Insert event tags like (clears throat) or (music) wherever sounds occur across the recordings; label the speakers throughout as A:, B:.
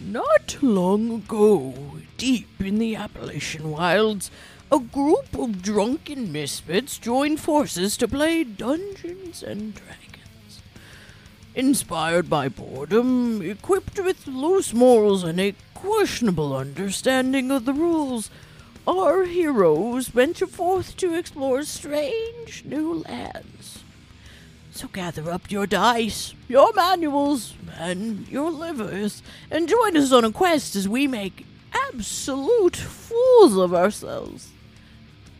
A: Not long ago, deep in the Appalachian wilds, a group of drunken misfits joined forces to play Dungeons and Dragons. Inspired by boredom, equipped with loose morals and a questionable understanding of the rules, our heroes venture forth to explore strange new lands. So gather up your dice, your manuals, and your livers, and join us on a quest as we make absolute fools of ourselves.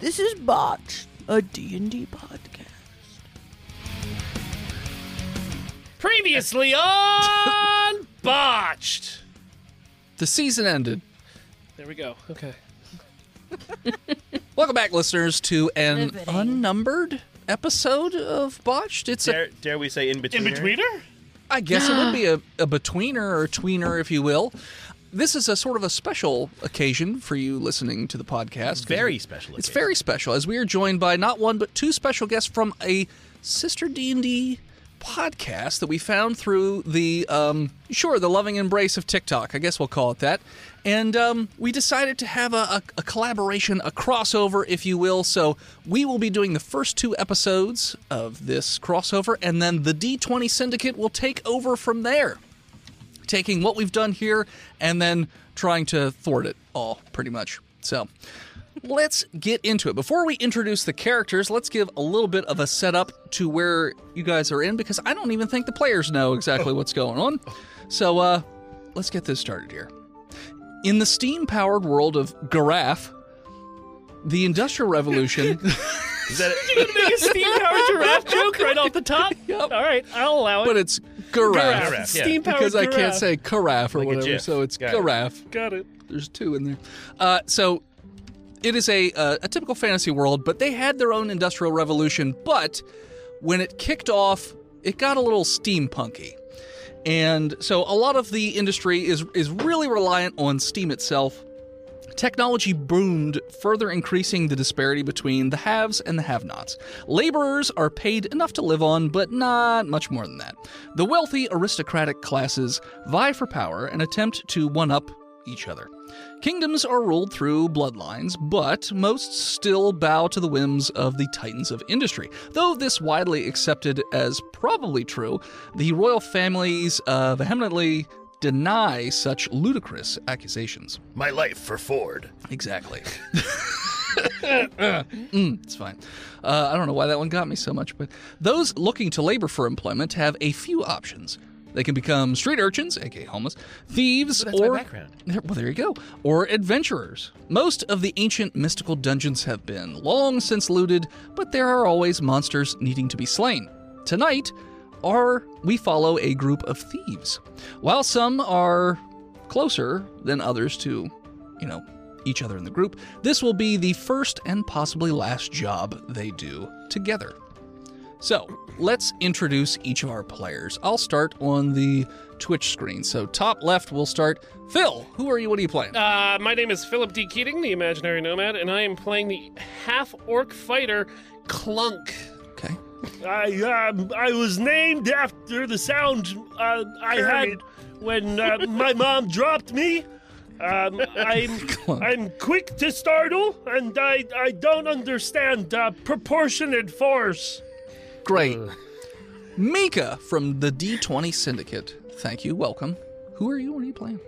A: This is Botch, a D&D podcast.
B: Previously on Botched.
C: The season ended.
B: There we go. Okay.
C: (laughs) Welcome back, listeners, to an
A: Riveting.
C: unnumbered episode of Botched. It's, a,
D: Dare, dare we say in between?
C: I guess, it would be a, a betweener or tweener, if you will. This is a sort of a special occasion for you listening to the podcast.
D: Very special.
C: It's
D: occasion.
C: very special as we are joined by not one but two special guests from a sister D&D podcast that we found through the um sure the loving embrace of TikTok I guess we'll call it that and um, we decided to have a, a, a collaboration a crossover if you will so we will be doing the first two episodes of this crossover and then the D20 syndicate will take over from there taking what we've done here and then trying to thwart it all, pretty much. So let's get into it. Before we introduce the characters, let's give a little bit of a setup to where you guys are in because I don't even think the players know exactly what's going on. So uh, let's get this started here. In the steam powered world of Garaf, the Industrial Revolution.
D: Is that
B: You gonna make a steam powered giraffe joke right off the top?
C: Yep.
B: All right, I'll allow it.
C: but it's Garaf.
D: Garaf. yeah.
B: Steam powered
C: Because I can't say carafe or
D: Like a
C: whatever,
D: GIF.
C: so it's
D: Got it.
C: Garaf.
B: Got it.
C: There's two in there. Uh, so it is a, uh, a typical fantasy world, but they had their own industrial revolution. But when it kicked off, it got a little steampunky. And so a lot of the industry is, is really reliant on steam itself. Technology boomed, further increasing the disparity between the haves and the have nots. Laborers are paid enough to live on, but not much more than that. The wealthy aristocratic classes vie for power and attempt to one up each other. Kingdoms are ruled through bloodlines, but most still bow to the whims of the titans of industry. Though this widely accepted as probably true, the royal families uh, vehemently deny such ludicrous accusations.
D: my life for Ford.
E: (laughs)
C: Exactly. (laughs) Mm, it's fine. Uh, I don't know why that one got me so much, but those looking to labor for employment have a few options. They can become street urchins, aka homeless, thieves,
D: that's my
C: or
D: background.
C: there- Well, there you go. Or adventurers. Most of the ancient mystical dungeons have been long since looted, but there are always monsters needing to be slain. Tonight, are we follow a group of thieves. While some are closer than others to, you know, each other in the group, this will be the first and possibly last job they do together. So let's introduce each of our players. I'll start on the Twitch screen. So top left, we'll start Phil. Who are you? What are you playing?
B: Uh, my name is Philip D. Keating, the imaginary nomad, and I am playing the half orc fighter Clunk.
C: okay.
F: I um, I was named after the sound uh, I had when uh, my mom dropped me. Um,
D: (laughs)
F: I'm I'm quick to startle, and I I don't understand uh, proportionate force.
C: Great. Mika from the D20 Syndicate. Thank you. Welcome. Who are you? What are you playing?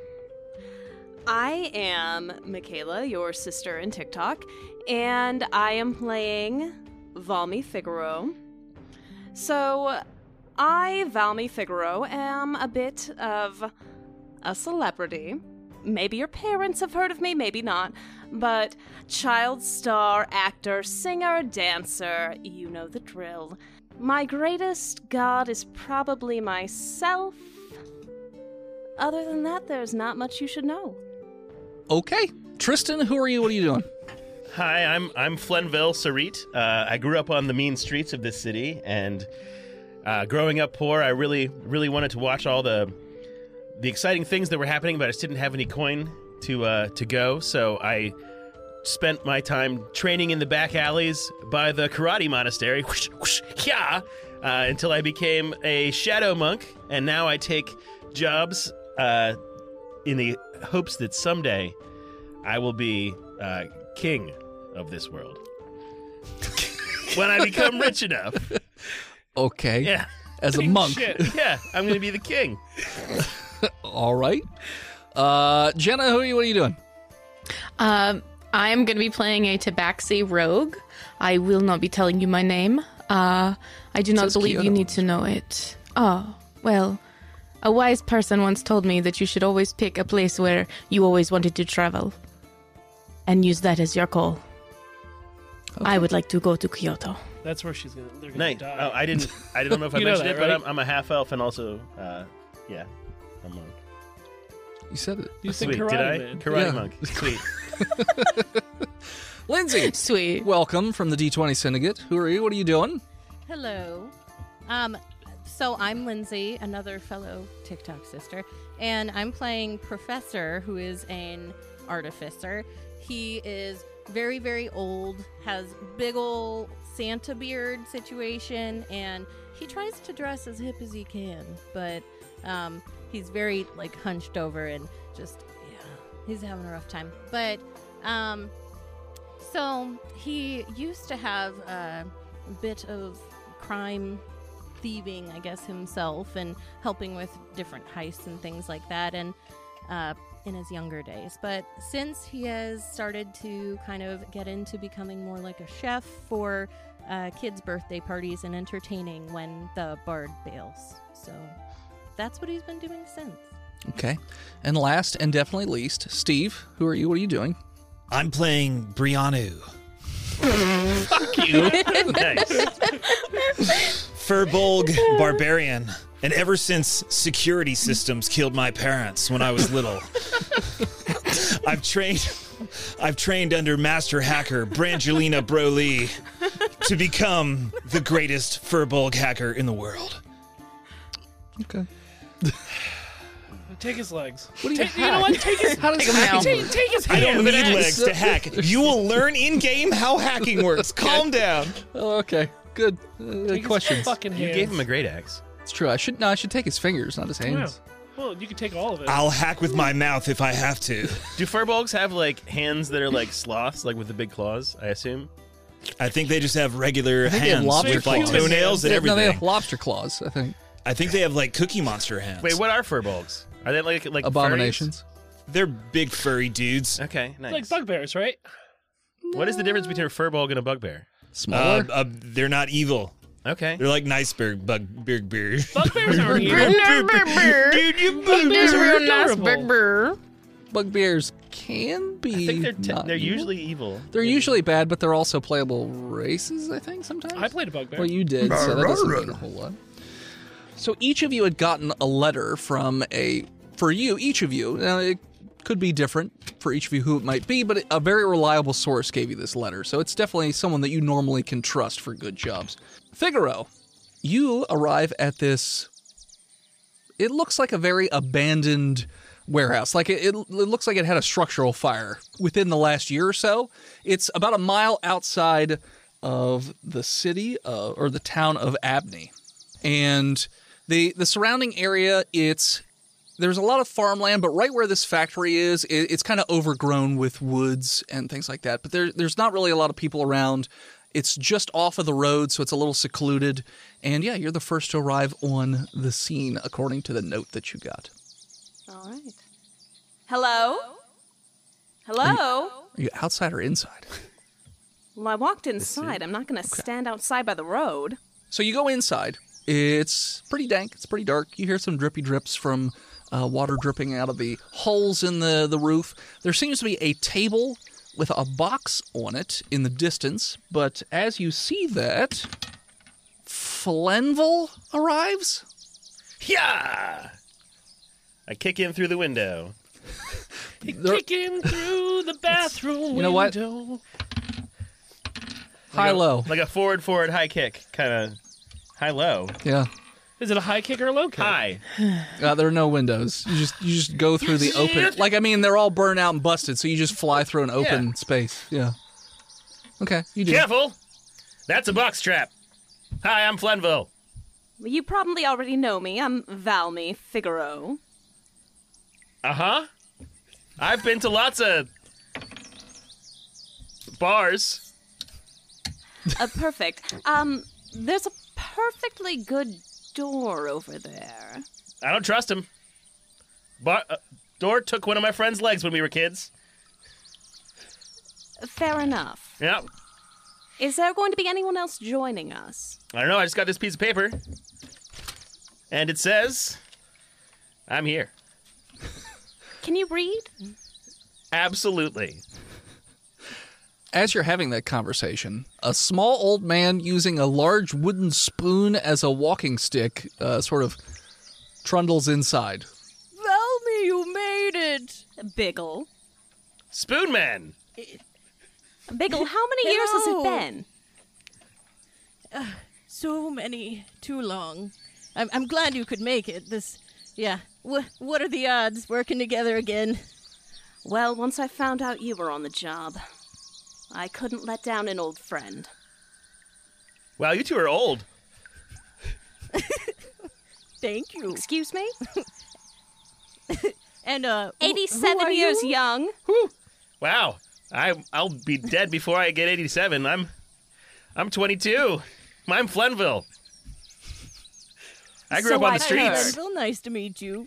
G: I am Michaela, your sister in TikTok, and I am playing Valmy Figaro. So, I, Valmy Figaro, am a bit of a celebrity. Maybe your parents have heard of me, maybe not, but child star, actor, singer, dancer, you know the drill. My greatest god is probably myself. Other than that, there's not much you should know.
C: Okay. Tristan, who are you? What are you doing?
D: Hi, I'm I'm Flenville Sarit. Uh, I grew up on the mean streets of this city, and uh, growing up poor, I really really wanted to watch all the the exciting things that were happening, but I just didn't have any coin to uh, to go. So I spent my time training in the back alleys by the karate monastery. (laughs) Whoosh, whoosh, yeah, uh, until I became a shadow monk, and now I take jobs. Uh, in the hopes that someday I will be uh, king of this world. when I become rich enough,
C: Okay.
D: yeah,
C: As a monk.
B: Shit.
D: yeah, I'm going to be the
B: (laughs)
D: king.
C: (laughs) All right. Uh, Jenna, who are you? What are you doing?
H: Um, I am going to be playing a Tabaxi rogue. I will not be telling you my name. Uh, I do not
C: says
H: believe
C: Kyoto
H: you need to know it. Oh, well, a wise person once told me that you should always pick a place where you always wanted to travel and use that as your goal. I would like to go to Kyoto.
B: That's where she's gonna. They're gonna
D: Night.
B: die.
D: Oh, I didn't. I don't know if I
B: (laughs) You know
D: mentioned
B: that,
D: it, but
B: right?
D: I'm, I'm a half elf and also, uh, yeah, I'm a monk.
C: You said it.
B: you think
D: Sweet.
B: karate
D: Did I?
B: man?
D: Karate
C: Yeah.
D: monk. Sweet.
C: (laughs) Lindsay,
H: Sweet.
C: welcome from the D20 Syndicate. Who are you? What are you doing?
I: Hello. Um, so I'm Lindsay, another fellow TikTok sister, and I'm playing Professor, who is an artificer. He is very, very old, has big ol' Santa beard situation, and he tries to dress as hip as he can, but um, he's very like hunched over and just yeah, he's having a rough time. But um, so he used to have a bit of crime thieving, I guess, himself and helping with different heists and things like that, and uh, in his younger days. But since he has started to kind of get into becoming more like a chef for uh, kids' birthday parties and entertaining when the bard bails, so that's what he's been doing since.
C: Okay. And last and definitely least, Steve, who are you? What are you doing?
E: I'm playing Brianu.
B: (laughs)
D: nice.
E: Furbolg barbarian. And ever since security systems killed my parents when I was
C: (laughs)
E: little, I've trained I've trained under master hacker Brangelina Broly to become the greatest Furbolg hacker in the world.
C: Okay.
B: Take his legs.
C: What do you,
B: Take, you know what? Take
E: (laughs)
B: his.
H: How does
B: Take, take his
E: I
B: hand.
E: don't need
B: and axe.
E: legs to hack. You will learn in game how hacking
C: (laughs)
E: works. Calm down.
C: Oh, okay. Good.
B: Take
C: Uh,
B: his
C: questions.
B: Fucking
D: You
B: hands.
D: gave him a great axe.
C: It's true. I should no, I should take his fingers, not his
B: Wow.
C: hands.
B: Well, you can take all of it.
E: I'll hack with my mouth if I have to.
D: (laughs) Do furbolgs have like hands that are like sloths, like with the big claws? I assume.
E: I think they just have regular
C: think they have
E: hands
C: lobster
E: with like
B: claws.
E: toenails and
C: They- no,
E: everything.
C: they have lobster claws, I think.
E: I think they have like Cookie Monster hands.
D: Wait, what are furbolgs? Are they like like furries?
C: Abominations.
E: They're big furry dudes.
D: Okay, nice.
B: Like bugbears,
D: (laughs)
B: right?
D: What is the difference between a furbolg and a bugbear?
E: Uh,
C: Smaller.
E: uh, they're not evil.
D: Okay.
E: They're like nice big bug big beard.
B: Bugbears are evil.
H: Dude, you There's a real nice
B: adorable.
H: big bird.
C: Bugbears can be.
D: I think they're te-
C: not
D: they're
C: evil.
D: usually evil.
C: They're usually bad, but they're also playable races, I think, sometimes.
B: I played a bugbear.
C: Well, you did, so that doesn't mean a whole lot. So each of you had gotten a letter from a, for you, each of you. Now it could be different for each of you who it might be, but a very reliable source gave you this letter. So it's definitely someone that you normally can trust for good jobs. Figaro, you arrive at this. It looks like a very abandoned warehouse. Like it, it, it looks like it had a structural fire within the last year or so. It's about a mile outside of the city uh, or the town of Abney, and the the surrounding area. It's there's a lot of farmland, but right where this factory is, it, it's kind of overgrown with woods and things like that. But there, there's not really a lot of people around. It's just off of the road, so it's a little secluded. And yeah, you're the first to arrive on the scene, according to the note that you got.
G: All right. Hello? Hello?
C: Are you outside or inside?
G: Well, I walked inside. I'm not going to stand outside by the road.
C: So you go inside. It's pretty dank. It's pretty dark. You hear some drippy drips from uh, water dripping out of the holes in the, the roof. There seems to be a table with a box on it in the distance, but as you see that, Flenville arrives.
D: Yeah. I kick in through the window.
B: Kicking through the bathroom
C: You know what?
B: window.
C: High low.
D: Like a forward, forward, high kick, kind of high low.
C: Yeah.
B: Is it a high kick or a low kick?
D: High.
C: Uh, there are no windows. You just you just go through the open. Like I mean, they're all burnt out and busted, so you just fly through an open
D: Yeah.
C: space. Yeah. Okay, you do.
D: Careful. That's a box trap. Hi, I'm Flenville.
G: Well, You probably already know me. I'm Valmy Figaro.
D: Uh huh. I've been to lots of bars.
G: Uh, perfect. Um, there's a perfectly good door over there.
D: I don't trust him. Bar- uh, Door took one of my friend's legs when we were kids.
G: Fair enough.
D: Yeah.
G: Is there going to be anyone else joining us?
D: I don't know. I just got this piece of paper. And it says, I'm here.
G: Can you read?
D: Absolutely.
C: As you're having that conversation, a small old man using a large wooden spoon as a walking stick uh, sort of trundles inside.
A: Valmy, you made it.
G: Biggle.
D: Spoon Man.
G: Biggle, how many years has it been?
I: Uh, So many, too long. I'm, I'm glad you could make it. This, yeah. Wh- what are the odds working together again?
G: Well, once I found out you were on the job, I couldn't let down an old friend.
D: Wow, you two are old.
I: Thank you.
G: Excuse me?
I: (laughs) And uh, wh- who
G: 87
I: are
G: years
I: you?
G: young.
D: Wow. I, I'll be dead before I get 87. I'm I'm 22. I'm Flenville. I grew
G: So
D: up on
G: I
D: the streets.
G: heard.
I: Well, nice to meet you.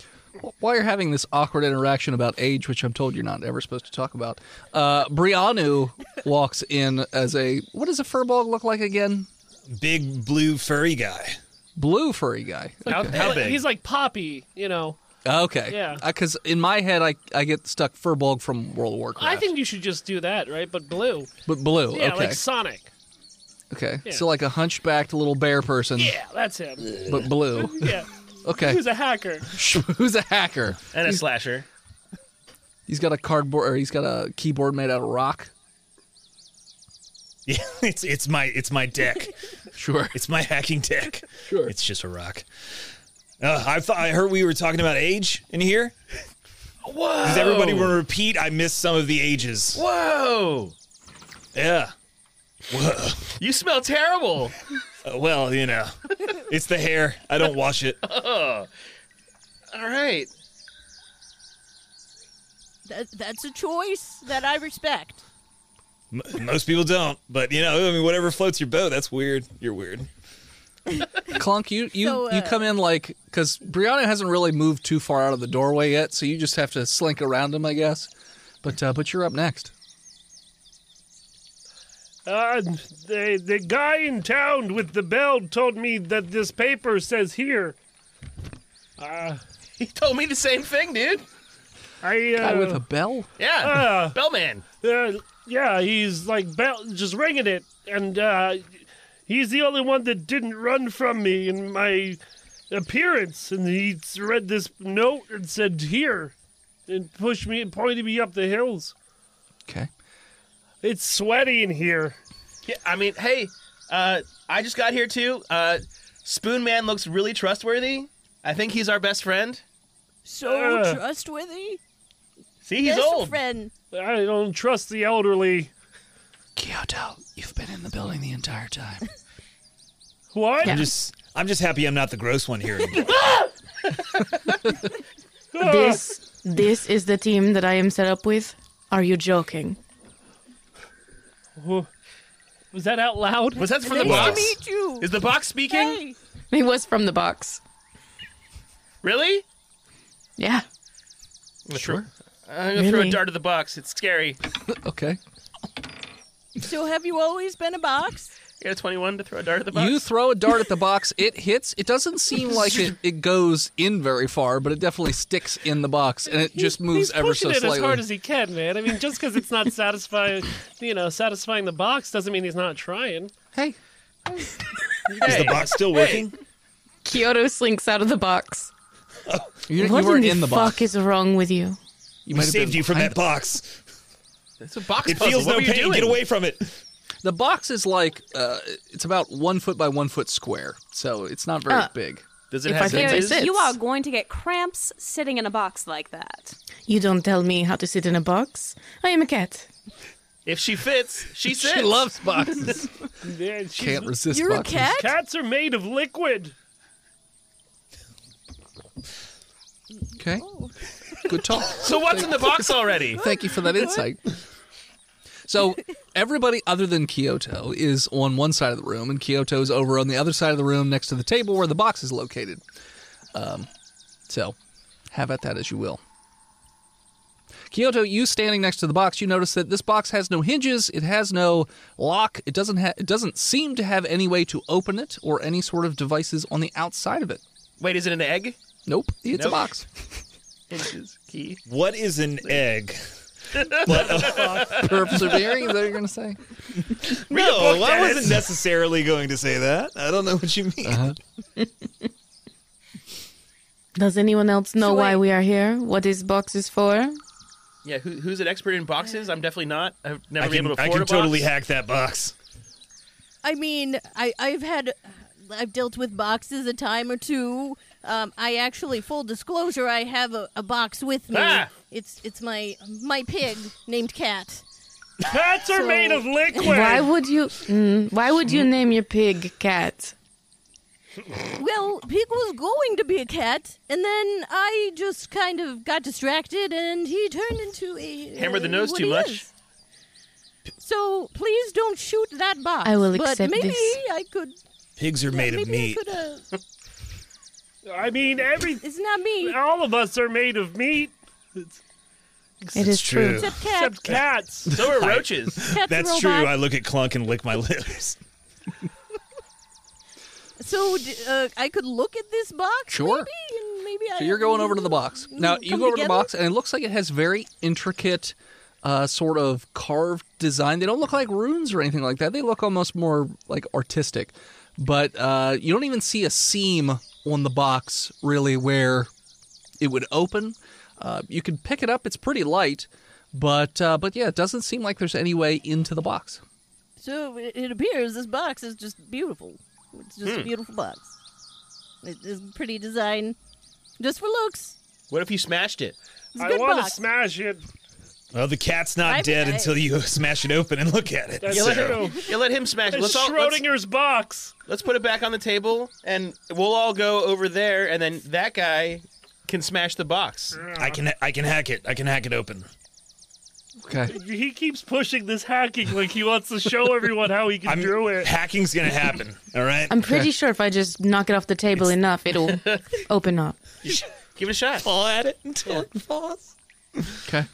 C: While you're having this awkward interaction about age, which I'm told you're not ever supposed to talk about, uh, Brianu walks in as a what does a furball look like again?
E: Big blue furry guy.
C: Blue furry guy.
B: How,
D: how big?
B: He's like Poppy, you know.
C: Okay.
B: Yeah.
C: Because in my head, I, I get stuck Furball from World of Warcraft.
B: I think you should just do that, right? But blue.
C: But blue.
B: Yeah,
C: Oh, okay.
B: like Sonic.
C: okay. So like a hunchbacked little bear person,
B: Yeah, that's him.
C: but blue.
B: (laughs) Yeah.
C: (laughs) Okay.
B: Who's a hacker?
C: (laughs) Who's a hacker?
D: And a slasher.
C: He's got a cardboard, or he's got a keyboard made out of rock.
E: (laughs) Yeah, it's it's my it's my deck.
C: (laughs) Sure.
E: It's my hacking deck.
C: Sure.
E: It's just a rock. Uh, I thought I heard we were talking about age in here.
D: Whoa.
E: Does everybody want to repeat? I missed some of the ages.
D: Whoa.
E: Yeah.
D: You smell terrible.
E: Uh, well, you know, it's the hair. I don't wash it.
D: All right.
I: That, that's a choice that I respect.
E: M- most people don't, but you know, I mean, whatever floats your boat. That's weird. You're weird.
C: Clunk, you you,
I: So,
C: you
I: uh,
C: come in like because Brianna hasn't really moved too far out of the doorway yet, so you just have to slink around him, I guess. But uh, but you're up next.
F: Uh, the, the guy in town with the bell told me that this paper says here. Uh,
D: He told me the same thing, dude.
F: I, uh,
C: Guy with a bell.
D: Yeah.
F: uh,
D: Bellman.
F: Uh, yeah, he's like bell- just ringing it, and uh, he's the only one that didn't run from me in my appearance. And he read this note and said, "Here," and pushed me and pointed me up the hills.
C: Okay.
F: It's sweaty in here.
D: Yeah, I mean, hey, uh, I just got here too. Uh, Spoon Man looks really trustworthy. I think he's our best friend.
I: So
F: Uh.
I: trustworthy.
D: See, he's
I: Best
D: old.
I: friend.
F: I don't trust the elderly.
C: Kyoto, you've been in the building the entire time.
F: What?
E: I'm just I'm just happy I'm not the gross one here. anymore.
F: Ah,
H: This this is the team that I am set up with. Are you joking?
B: Was that out loud?
D: Was that from the
I: Nice to
D: box?
I: meet you.
D: Is the box speaking?
I: Hey.
H: It was from the box.
D: Really?
H: Yeah.
D: Sure. I'm gonna throw a
H: Really?
D: dart at the box. It's scary.
C: okay.
I: So have you always been a box?
D: (laughs) You got a 21 to throw a dart at the box.
C: You throw a dart at the
B: (laughs)
C: box, it hits. It doesn't seem like it, it goes in very far, but it definitely sticks in the box and it just moves
B: He's
C: ever
B: pushing
C: so
B: it
C: slightly.
B: as hard as he can, man. I mean, just because it's not satisfying, you know, satisfying the box doesn't mean he's not trying. (laughs)
C: hey,
E: Is the box still working?
H: Kyoto slinks out of the box.
C: you, you
H: what
C: weren't
H: the
C: in the
H: fuck
C: box.
H: is wrong with you?
E: We
C: you might have
E: saved
C: been
E: you from
C: behind
E: that box.
D: it's a box
E: It
D: puzzle.
E: feels
D: what
E: no
D: were you
E: pain.
D: doing?
E: Get away from it.
C: it. The box is like uh, it's about one foot by one foot square, so it's not very
H: Uh,
C: big.
D: Does it
H: If
D: have
H: I can't-
D: senses?
H: sits.
G: You are going to get cramps sitting in a box like that.
H: You don't tell me how to sit in a box. I am a cat.
D: If she fits, she sits.
C: She loves boxes.
F: (laughs) yeah, she's-
C: Can't resist
I: You're a
C: boxes.
I: cat.
F: Cats are made of liquid.
C: Okay. Good
D: (laughs)
C: talk.
D: So what's in the
C: (laughs)
D: box already?
C: Thank you for that insight. So everybody other than Kyoto is on one side of the room, and Kyoto's over on the other side of the room, next to the table where the box is located. Um, so have at that as you will. Kyoto, you standing next to the box, you notice that this box has no hinges, it has no lock, it doesn't ha- it doesn't seem to have any way to open it or any sort of devices on the outside of it.
D: Wait, is it an egg?
C: Nope, it's a
D: Nope.
C: box.
D: (laughs) Hinges, key.
E: What is an egg?
C: (laughs) Persevering, is that what you're gonna say?
E: No, I wasn't necessarily going to say that. I don't know what you mean.
H: Does anyone else know
I: So
H: why
I: wait-
H: we are here? What this box is for?
D: Yeah, who, who's an expert in boxes? I'm definitely not. I've never
E: I
D: been
E: can,
D: able to
E: I
D: afford
E: can
D: a box.
E: totally hack that box.
I: I mean, I, I've had, I've dealt with boxes a time or two. Um, I actually, full disclosure, I have a, a box with me.
D: Ah!
I: It's it's my my pig named Cat.
F: Cats are
I: So-
F: made of liquid.
I: (laughs)
H: Why would you? Mm, why would you name your pig cat?
I: Well, Pig was going to be a cat, and then I just kind of got distracted, and he turned into a
D: Hammer the
I: uh,
D: nose
I: what
D: too
I: he
D: much.
I: is. So please don't shoot that box.
H: I will
I: but
H: accept
I: maybe
H: this.
I: I could.
E: Pigs are made of
I: maybe
E: meat.
I: I could, uh,
F: I mean, every
I: it's not me,
F: all of us are made of meat
H: It is true.
I: except cat.
F: except
E: (laughs)
F: cats.
D: So are roaches.
I: Cat's a
E: That's
I: robot.
E: true. I look at Clunk and lick my lips.
I: So d- uh, I could look at this box,
C: Sure.
I: Maybe, and maybe I.
C: So you're going over to the box. Now you
I: Come
C: go over to the
I: together?
C: box, and it looks like it has very intricate, uh, sort of carved design. They don't look like runes or anything like that. They look almost more like artistic. But uh, you don't even see a seam on the box really where it would open. Uh, you can pick it up. It's pretty light, but uh, but yeah, it doesn't seem like there's any way into the box.
I: So it, it appears this box is just beautiful. It's just a beautiful box. It is pretty design, just for looks.
D: What if you smashed it?
I: It's a
F: I
I: good
F: want to
I: box.
F: smash it.
E: Well, the cat's not
I: I-
E: dead
I: I-
E: until you (laughs) smash it open and look at it.
F: That's
D: Yeah, let
E: so.
D: him, (laughs) yeah, let him smash it.
F: It's
D: Let's, all, let's,
F: Schrodinger's box.
D: let's put it back on the table, and we'll all go over there, and then that guy can smash the box.
E: I can I can hack it. I can hack it open.
C: Okay.
F: He keeps pushing this hacking like he wants to show everyone how he can
E: I'm
F: do it.
E: hacking's gonna happen. All right.
H: I'm pretty sure if I just knock it off the table enough, it'll
B: (laughs)
H: open up.
D: Give it a shot.
E: fall at it until it falls.
C: Okay.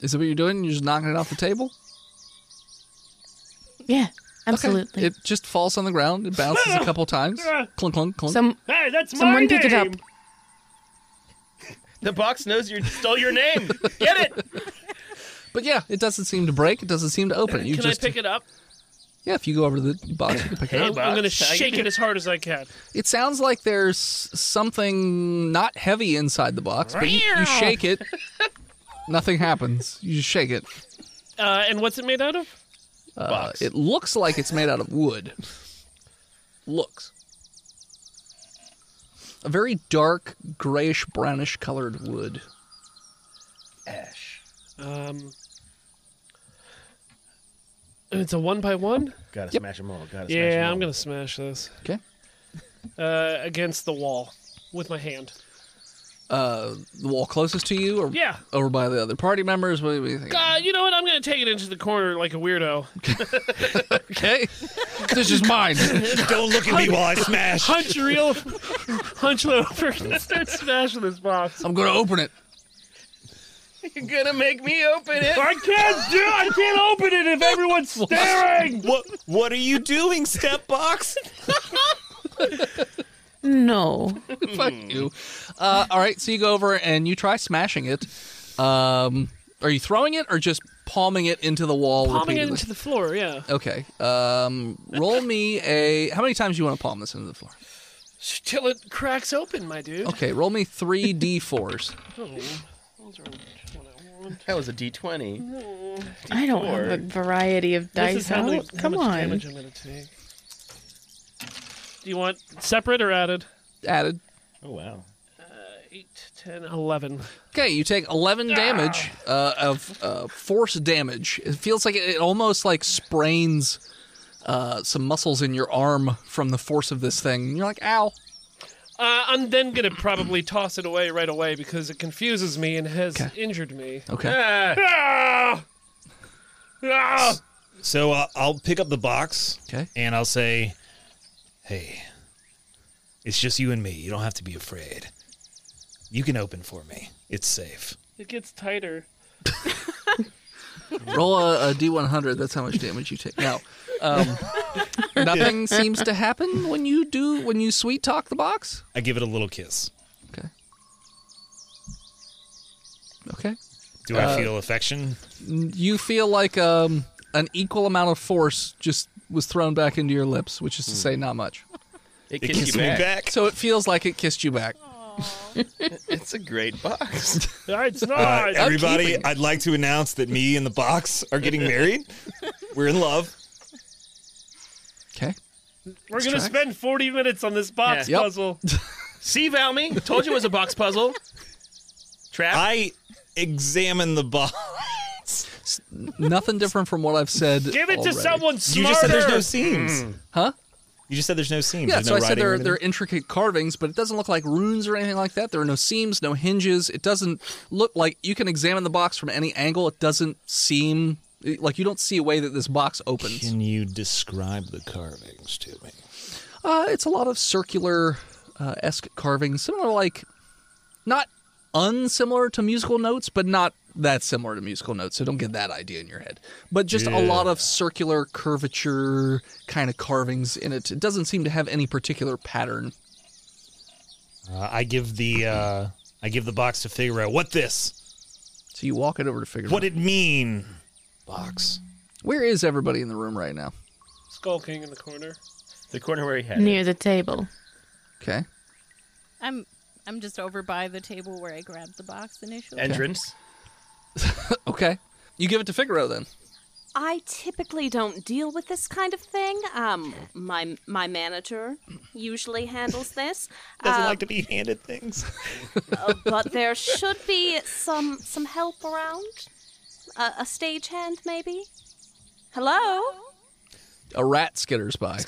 C: Is that what you're doing? You're just knocking it off the table?
H: Yeah,
C: Okay.
H: absolutely.
C: It just falls on the ground. It bounces
B: (laughs)
C: a couple times.
F: Yeah.
C: clunk, clunk, clunk.
H: Some
F: Hey, that's
H: Someone
F: my
H: pick it up.
F: name.
D: (laughs) The box knows you stole your name. Get it?
C: But yeah, it doesn't seem to break. It doesn't seem to open. You
B: Can
C: just
B: I pick it up?
C: yeah, if you go over to the box, you can pick it
B: I'm,
C: up.
B: I'm gonna
D: box. How you
B: shake it as hard as I can.
C: It sounds like there's something not heavy inside the box, but you, you shake it. Nothing happens. You just shake it.
B: Uh, and what's it made out of?
C: Uh, it looks like it's made out of wood. Looks. A very dark, grayish, brownish colored wood.
B: Um, it's a one by one.
D: (laughs) Gotta smash them all. Gotta smash them
B: Yeah,
D: all.
B: I'm gonna smash this
C: Okay.
B: uh,
E: (laughs)
B: against the wall with my hand.
C: Uh, the wall closest to you, or
B: Yeah.
C: over by the other party members. What do you think? (laughs)
B: Uh, you know what? I'm gonna take it into the corner like a weirdo.
C: Okay, this is mine.
E: (laughs) Don't look at me while I smash.
B: Hunch real, hunch over, and (laughs) start smashing this box.
C: I'm gonna open it.
D: You're gonna make me open it.
F: I can't do. I can't open it if
E: (laughs)
F: everyone's staring.
E: What What are you doing, Step
I: (laughs)
E: Box?
H: no.
C: Fuck
B: Hmm.
C: you. Uh, all right, so you go over and you try smashing it. Um, are you throwing it or just palming it into the wall
B: Palming it
C: repeatedly?
B: into the floor. Yeah.
C: okay. Um, roll me a. How many times do you want to palm this into the floor?
B: Till it cracks open, my dude.
C: Okay, roll me three d4s.
D: That was a D20.
H: I don't have a variety of dice.
B: This is how many-
H: out.
B: how
H: Come
B: much
H: on.
B: damage I'm gonna take. Do you want separate or added? Uh,
C: Added.
D: Oh wow.
B: 8, 10, 11.
C: Okay, you take 11 damage uh, of uh, force damage. It feels like it, it almost like sprains uh, some muscles in your arm from the force of this thing. And you're like, ow.
B: Uh, I'm then gonna probably toss it away right away because it confuses me and has injured me.
C: Okay.
D: Ah,
B: Ah! Ah!
E: So uh, I'll pick up the box.
C: Okay.
E: And I'll say, "Hey, it's just you and me. You don't have to be afraid. You can open for me. It's safe."
B: It gets tighter.
C: Roll a, a d100. That's how much damage you take. Now, um, nothing seems to happen when you do when you sweet talk the box.
E: I give it a little kiss.
C: Okay. Okay.
E: Do
C: Uh,
E: I feel affection?
C: You feel like um, an equal amount of force just was thrown back into your lips, which is to say, not much.
D: Hmm. it
E: It
D: kissed
E: kissed
D: you
E: me
D: back.
E: back.
C: So it feels like it kissed you back.
D: It's a great box.
F: It's not.
E: Uh, everybody,
C: keeping-
E: I'd like to announce that me and the box are getting married. We're in love.
C: Okay.
B: We're gonna
C: track.
B: spend 40 minutes on this
F: Oh,
B: box
C: Yeah. Yep.
B: puzzle.
D: See, Valmy, (laughs) told you it was a box puzzle. Trap.
E: I examine the box. (laughs)
C: Nothing different from what I've said.
B: Give it to
C: already.
B: someone smarter. Hmm.
E: You just said there's no seams.
C: Huh?
E: You just said there's no seams.
C: Yeah,
E: there's
C: so
E: no
C: I said
E: writing or
C: there, there are
E: anything?
C: intricate carvings, but it doesn't look like runes or anything like that. There are no seams, no hinges. It doesn't look like you can examine the box from any angle. It doesn't seem like you don't see a way that this box opens.
E: Can you describe the carvings to me?
C: Uh, it's a lot of circular uh, esque carvings, similar like not unsimilar to musical notes, but not that similar to musical notes. So don't get that idea in your head. But just a lot of circular curvature kind of carvings in it. It doesn't seem to have any particular pattern.
E: Uh, I give the uh, I give the box to figure out what this,
C: So you walk it over to figure.
E: what
C: it out.
E: it mean. Box.
C: Where is everybody in the room right now?
B: Skulking in the corner.
D: the corner where he had it.
H: Near the table.
C: Okay.
I: I'm I'm just over by the table where I grabbed the box initially.
D: entrance.
C: Okay. (laughs) You give it to Figaro then.
G: I typically don't deal with this kind of thing. Um, my my manager usually handles this,
E: Doesn't
G: uh,
E: like to be handed things.
G: but there should be some some help around. A a stagehand, maybe. Hello.
C: A rat skitters by.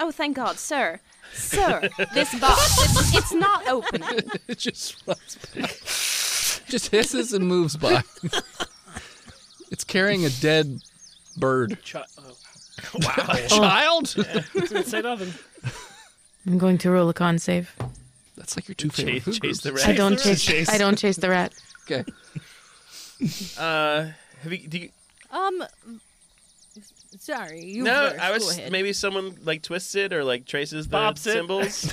G: Oh, thank God, sir. Sir, this box, it's, it's not
D: (laughs)
G: opening.
C: (laughs) it just runs by. just hisses and moves by. (laughs) it's carrying a dead bird. Oh.
B: Ch- oh,
C: (laughs) Child?
B: didn't say nothing.
H: (laughs) I'm going to roll a con save.
C: That's like your two favorite
D: Chase,
C: food
D: chase the
C: groups.
H: I
D: rat.
H: don't chase. I don't chase the rat.
C: Okay.
D: Uh, have you, do you,
I: Um, sorry, you
D: no,
I: first.
D: I
I: Go
D: was
I: ahead.
D: maybe someone like twists it or like traces the
B: Bops it.
F: (laughs)
D: symbols.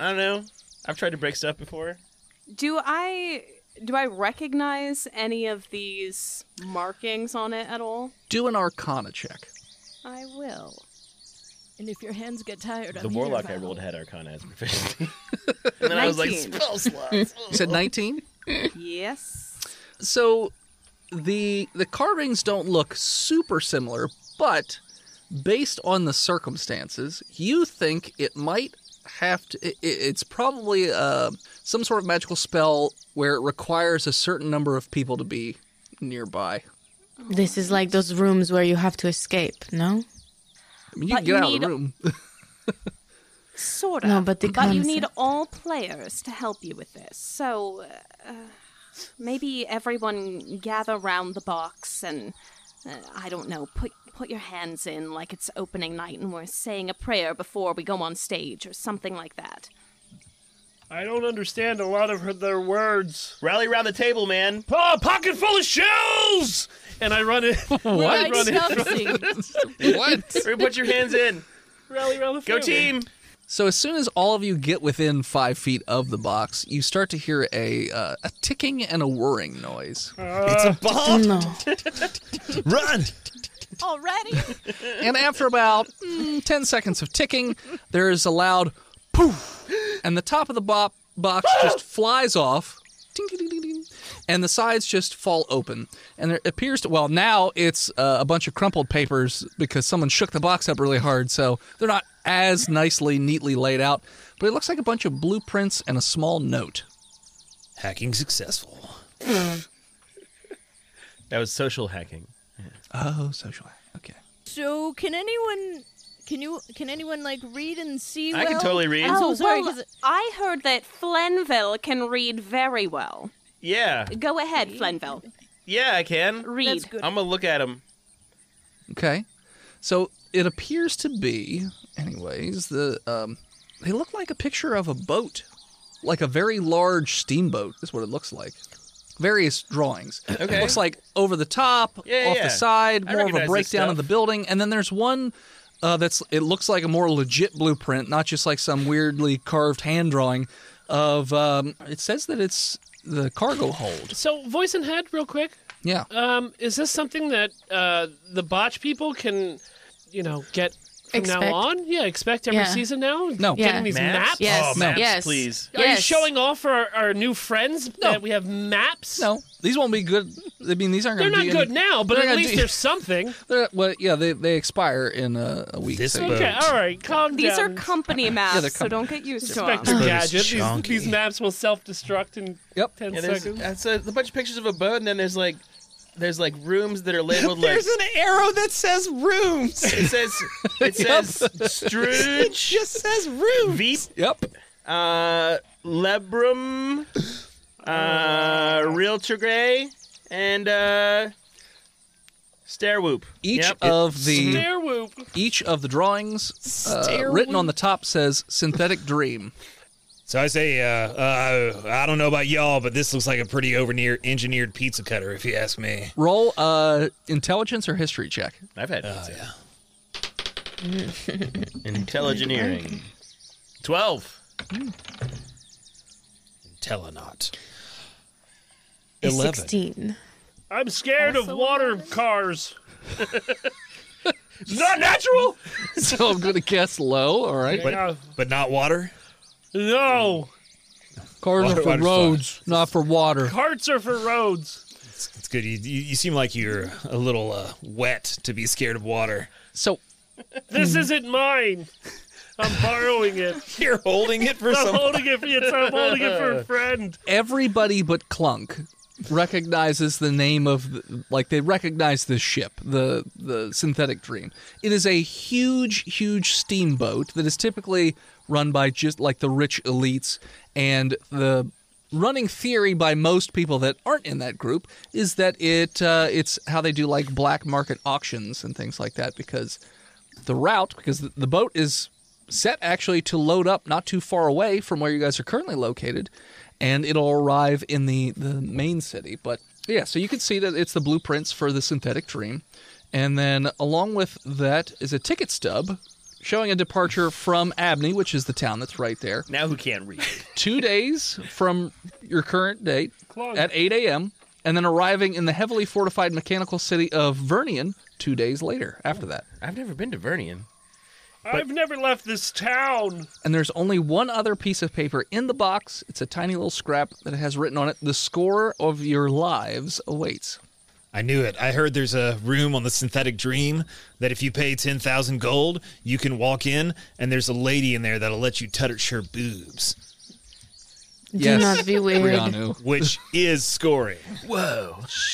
D: I don't know. I've tried to break stuff before.
G: Do I do I recognize any of these markings on it at all?
C: Do an arcana check.
G: I will.
I: And if your hands get tired,
D: The
I: I'm
D: warlock I
I: here, Val.
D: rolled had Arcana as proficiency, (laughs) and then I was like,
G: 19.
D: spell slots.
C: You said 19?
G: (laughs) Yes.
C: so the the carvings don't look super similar, but based on the circumstances, you think it might have to. i- i it's probably uh, some sort of magical spell where it requires a certain number of people to be nearby.
H: This is like those rooms where you have to escape, no?
C: I mean, you can
G: But
C: get
G: you
C: out of the
G: need-
C: room. (laughs)
G: Sort of.
H: No, but the
G: you
H: concept-
G: need all players to help you with this. So uh, maybe everyone gather round the box and uh, I don't know, put put your hands in like it's opening night and we're saying a prayer before we go on stage or something like that.
F: (laughs) I don't understand a lot of her, their words.
D: Rally around the table, man.
F: Oh, pocket full of shells! And I
C: (laughs)
F: run it.
I: Like Chelsea.
E: (laughs)
C: what?
D: Everybody Put your hands in.
F: Rally around the
D: Go
F: family.
D: team.
C: So as soon as all of you get within five feet of the box, you start to hear a uh, a ticking and a whirring noise,
E: it's a bomb.
H: No.
E: Run.
I: Already?
C: (laughs) and after about mm, ten seconds of ticking, there is a loud poof, and the top of the bo- box just flies off, Ding, ding, ding, ding, ding. and the sides just fall open, and there appears to well now it's uh, a bunch of crumpled papers because someone shook the box up really hard, so they're not as nicely neatly laid out, but it looks like a bunch of blueprints and a small note.
E: Hacking successful.
D: That was social hacking.
C: Oh, social. Okay.
I: so, can anyone Can you? Can anyone like read and see?
D: I can
I: well?
D: totally read.
I: I'm so
G: oh,
I: sorry.
G: well,
I: 'cause-
G: I heard that Flenville can read very well.
D: Yeah,
G: Go ahead, Flenville.
D: yeah, I can.
G: Read.
I: That's good.
D: I'm gonna look at him.
C: Okay. So it appears to be, anyways, the um, they look like a picture of a boat, like a very large steamboat. Is what it looks like. Various drawings. It
D: Okay.
C: looks like over the top,
D: Yeah,
C: off
D: yeah.
C: the side,
D: I
C: more of
D: recognize
C: a
D: this
C: breakdown of
D: stuff.
C: the building, and then there's one uh, that's. It looks like a more legit blueprint, not just like some weirdly carved hand drawing. Of um, it says that it's the cargo hold.
B: So, voice and head, real quick.
C: Yeah.
B: Um, is this something that uh, the botch people can, you know, get from
H: Expect.
B: now on? Yeah, expect every
H: Yeah.
B: season now.
C: (laughs) No.
B: getting
H: Yeah.
B: these
D: Maps?
B: maps.
H: Yes.
D: Oh, maps,
H: Yes.
D: please.
B: Are
H: Yes.
B: you showing off our, our new friends
C: No.
B: that we have maps?
C: No, these won't be good. I mean, these aren't.
B: They're
C: gonna
B: not
C: be
B: good
C: any-
B: now, but
C: they're
B: at
C: gonna
B: least
C: (laughs) do-
B: there's something.
C: They're, well, yeah, they, they expire in a, a week.
E: This
C: so-
E: boat.
B: Okay, all right, calm
G: These are
B: down.
D: (laughs)
G: company maps, so
C: company
G: don't get used to
B: Inspector
G: them.
E: But it's
B: Gadget. These,
E: chunky.
B: these maps will self-destruct in
C: Yep.
B: ten
D: Yeah, there's,
B: seconds.
D: that's a, a bunch of pictures of a boat, and then there's like, there's like rooms that are (laughs)
E: (laughs)
D: labeled like.
J: There's an arrow that says rooms.
D: It says, it says
J: It
D: Struge,
J: just says rooms.
D: Veep,
C: Yep.
D: uh, Lebrum, uh, Realtor Gray, and uh, Stairwhoop.
C: Each
D: Yep.
C: of the
B: Stair whoop.
C: each of the drawings uh, written on the top says "synthetic dream."
E: So I say, uh, uh, I don't know about y'all, but this looks like a pretty over near engineered pizza cutter, if you ask me.
C: Roll uh, intelligence or history check. (laughs)
D: I've had
E: Oh,
D: pizza. Intelligeneering. Twelve.
E: Telenaut.
H: A
E: 11.
H: 16.
F: I'm scared of water cars. (laughs)
D: Not
C: (laughs)
D: natural.
C: So I'm going to guess low. All right.
E: But,
F: Yeah.
E: but not water?
F: No,
C: Cardinal
E: Water-
C: for
E: water's
C: roads, not for water.
F: carts are for roads.
E: It's, it's good. You, you, you seem like you're a little uh, wet to be scared of water.
C: So
F: This isn't mine. I'm borrowing it.
E: (laughs) You're holding it for
F: I'm
E: some.
F: holding it for you. I'm holding it for a friend.
C: everybody but Clunk recognizes the name of the, like they recognize the ship the the synthetic dream it is a huge huge steamboat that is typically run by just like the rich elites and the running theory by most people that aren't in that group is that it uh, it's how they do like black market auctions and things like that because the route because the, the boat is set actually to load up not too far away from where you guys are currently located and it'll arrive in the, the main city but yeah so you can see that it's the blueprints for the synthetic dream and then along with that is a ticket stub showing a departure from abney which is the town that's right there
D: Now who can't read?
C: two days from your current date at 8 a.m and then arriving in the heavily fortified mechanical city of vernian two days later after that
D: I've never been to Vernian.
F: I've never left this town.
C: and there's only one other piece of paper in the box. It's a tiny little scrap that has written on it, "The score of your lives awaits."
E: I knew it. I heard there's a room on the synthetic dream that if you pay 10,000 gold, you can walk in, and there's a lady in there that'll let you touch her boobs,
H: Do not be weird.
C: Rihanna.
E: which is scoring.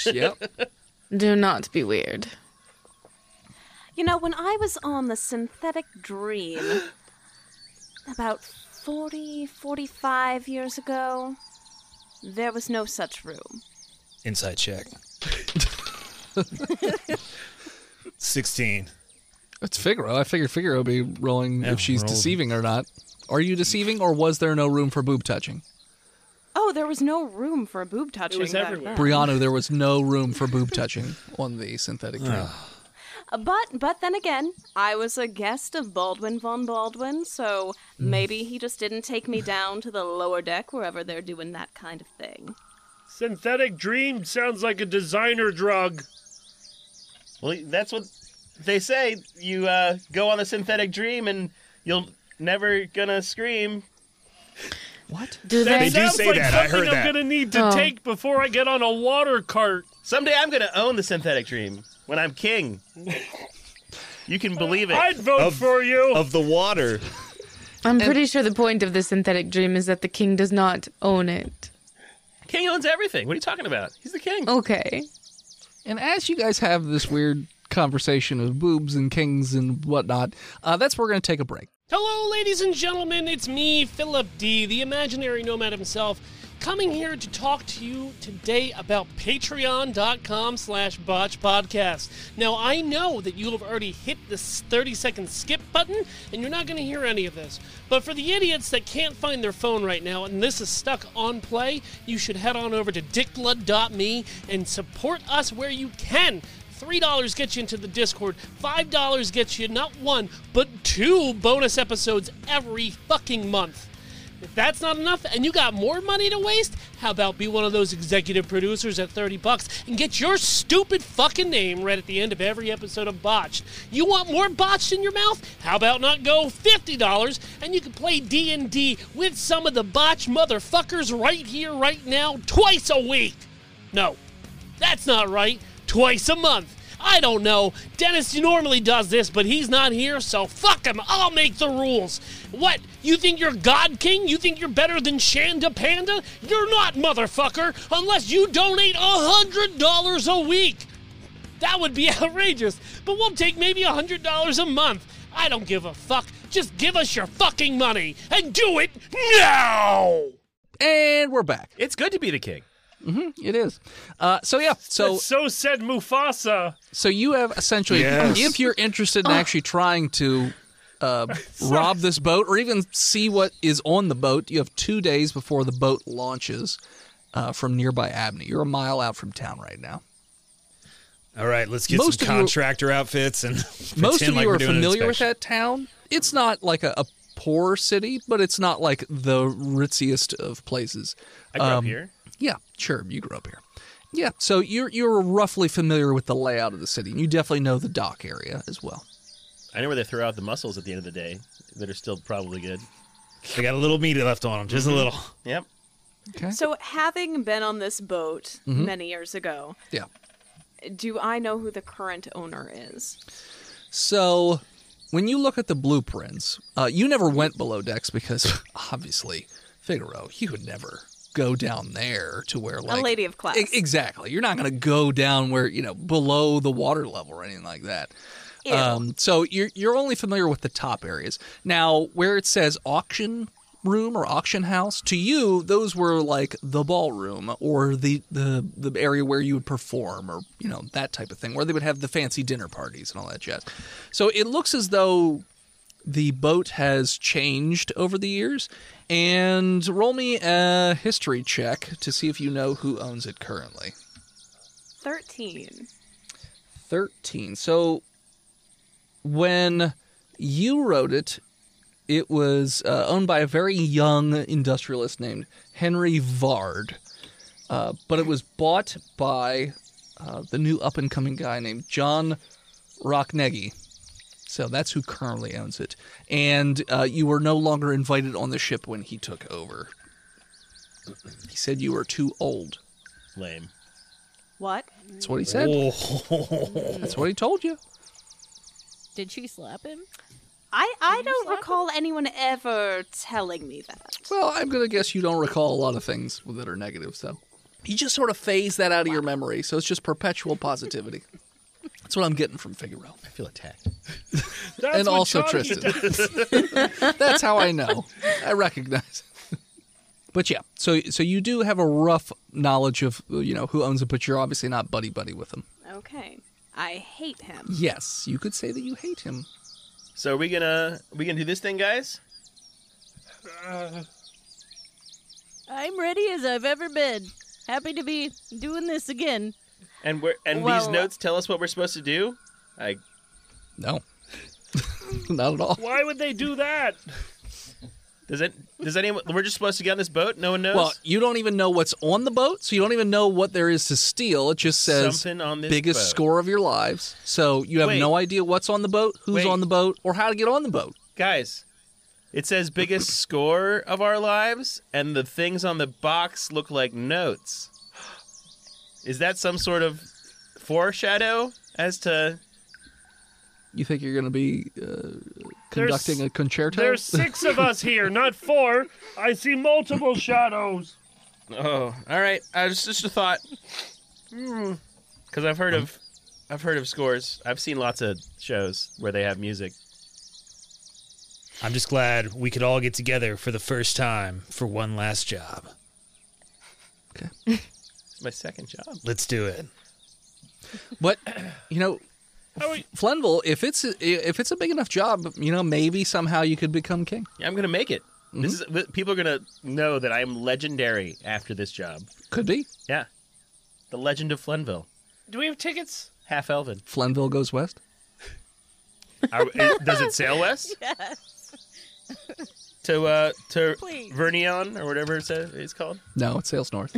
C: yep.
H: (laughs) Do not be weird.
G: You know, when I was on the synthetic
B: (gasps)
G: dream about 40, 45 years ago, there was no such room.
E: Inside
H: (laughs)
E: check. 16.
C: That's Figaro. I figured Figaro would be rolling
E: Yeah,
C: if she's
E: roll.
C: deceiving or not. Are you deceiving, or was there no room for boob touching?
G: Oh, there was no room for a boob touching.
B: was
G: back
B: everywhere.
G: then.
C: Brianna, there was no room for boob touching on the synthetic dream.
G: Uh, But but then again, I was a guest of Baldwin von Baldwin, so
C: Mm.
G: maybe he just didn't take me down to the lower deck wherever they're doing that kind of thing.
F: Synthetic dream sounds like a designer drug.
D: Well, that's what they say. You uh, go on the synthetic dream, and you'll never gonna scream.
C: What?
H: Do
F: That
H: they?
E: do
F: sounds
E: say
F: like
E: that. I
F: something
E: heard
F: am
E: that.
F: gonna need to
H: Oh.
F: take before I get on a water cart.
D: Someday I'm gonna own the synthetic dream when I'm king. You can believe it.
F: I'd vote for you.
E: Of the water.
H: I'm pretty sure the point of the synthetic dream is that the king does not own it.
D: King owns everything. What are you talking about? He's the king.
H: Okay.
C: And as you guys have this weird conversation of boobs and kings and whatnot, uh, that's where we're going to take a break.
B: Hello, ladies and gentlemen. It's me, Philip D, the imaginary nomad himself, coming here to talk to you today about patreon.com slash botch podcast. Now, I know that you'll have already hit the 30-second skip button, and you're not going to hear any of this. But for the idiots that can't find their phone right now and this is stuck on play, you should head on over to dickblood.me and support us where you can. $3 gets you into the Discord. $5 gets you not one, but two bonus episodes every fucking month. If that's not enough and you got more money to waste, how about be one of those executive producers at 30 bucks and get your stupid fucking name read at the end of every episode of Botched? You want more botched in your mouth? How about not go $50 and you can play D&D with some of the botch motherfuckers right here right now twice a week. No. That's not right. Twice a month. I don't know. Dennis normally does this, but he's not here, so fuck him. I'll make the rules. What? You think you're God King? You think you're better than Shanda Panda? You're not, motherfucker, unless you donate a $100 a week. That would be (laughs) outrageous, but we'll take maybe a $100 a month. I don't give a fuck. Just give us your fucking money and do it now!
C: And we're back.
D: It's good to be the king.
C: hmm it is. Uh, so yeah,
F: So,
C: so
F: so said Mufasa.
C: so you have essentially,
E: Yes.
C: if you're interested in actually trying to
E: (laughs)
C: uh, rob this boat or even see what is on the boat, you have two days before the boat launches uh, from nearby Abney. You're a mile out from town right now.
E: All right, let's get
C: Most
E: some
C: of you-
E: contractor outfits and (laughs)
C: Most
E: pretend
C: of
E: like
C: you
E: we're
C: are
E: doing an
C: familiar with
E: inspection.
C: that town. It's not like a, a poor city, but it's not like the ritziest of places.
D: I grew up here.
C: um, Yeah, sure. You grew up here. Yeah, so you're you're roughly familiar with the layout of the city, and you definitely know the dock area as well.
D: I know where they throw out the muscles at the end of the day that are still probably good. Mm-hmm.
E: They got a little meat left on them, just a little.
D: Yep.
G: So, having been on this boat
C: Mm-hmm.
G: many years ago,
C: Yeah.
G: do I know who the current owner is?
C: So when you look at the blueprints, uh, you never went below decks because (laughs) obviously, Figaro, you would never go down there to where like
G: a lady of class.
C: E- exactly. You're not going to go down where you know below the water level or anything like that.
G: Ew.
C: Um, so you're you're only familiar with the top areas. Now, where it says auction room or auction house, to you those were like the ballroom or the the the area where you would perform or you know that type of thing, where they would have the fancy dinner parties and all that jazz. So it looks as though the boat has changed over the years. And roll me a history check to see if you know who owns it currently.
G: 13.
C: 13. So when you wrote it, it was uh, owned by a very young industrialist named Henry Vard. Uh, but it was bought by uh, the new up and coming guy named John Rocknegi. So that's who currently owns it. And uh, you were no longer invited on the ship when he took over. He said you were too old.
D: Lame.
G: What?
C: That's what he said. That's what he told you.
I: (laughs) Did she slap him?
G: I, I don't recall anyone ever telling me that.
C: Well, I'm going to guess you don't recall a lot of things that are negative, so. You just sort of phase that out of your memory, so it's just perpetual positivity. That's what I'm getting from Figaro.
D: I feel attacked.
F: That's
C: and
F: what
C: also
F: John-
C: Tristan. (laughs) That's how I know. I recognize it. But yeah, so so you do have a rough knowledge of you know who owns it, but you're obviously not buddy buddy with him.
G: Okay. I hate him.
C: Yes, you could say that you hate him.
D: So are we gonna we gonna do this thing, guys?
F: Uh,
I: I'm ready as I've ever been. Happy to be doing this again.
D: And we're and these
G: Well-
D: notes tell us what we're supposed to do. I
C: No, (laughs) not at all.
F: Why would they do that?
D: does it does anyone we're just supposed to get on this boat? No one knows.
C: Well, you don't even know what's on the boat, so you don't even know what there is to steal. It just says
D: Something on this
C: biggest
D: boat.
C: score of your lives. So you have
D: Wait.
C: no idea what's on the boat, who's
D: Wait.
C: on the boat, or how to get on the boat.
D: guys, it says
C: (clears throat)
D: biggest score of our lives, and the things on the box look like notes. Is that some sort of foreshadow as to
C: You think you're going to be uh, conducting a concerto?
F: There's six
C: (laughs)
F: of us here, not four. I see multiple shadows.
D: Oh, all right. I was just a thought. Because I've heard of I've heard of scores. I've seen lots of shows where they have music.
E: I'm just glad we could all get together for the first time for one last job.
D: It's my second job.
E: Let's do it.
C: But you know, Flenville, if it's a, if it's a big enough job, you know, maybe somehow you could become king. Mm-hmm.
D: Yeah, I'm gonna make it. This is th- people are gonna know that I am legendary after this job.
C: Could be.
D: Yeah, the legend of Flenville,
B: Do we have tickets?
D: half elven.
C: Flenville goes west.
D: Are, i- does it sail west
I: (laughs) Yes.
D: to uh to
I: Please.
D: Vernion or whatever it's, uh, it's called?
C: No, it sails north.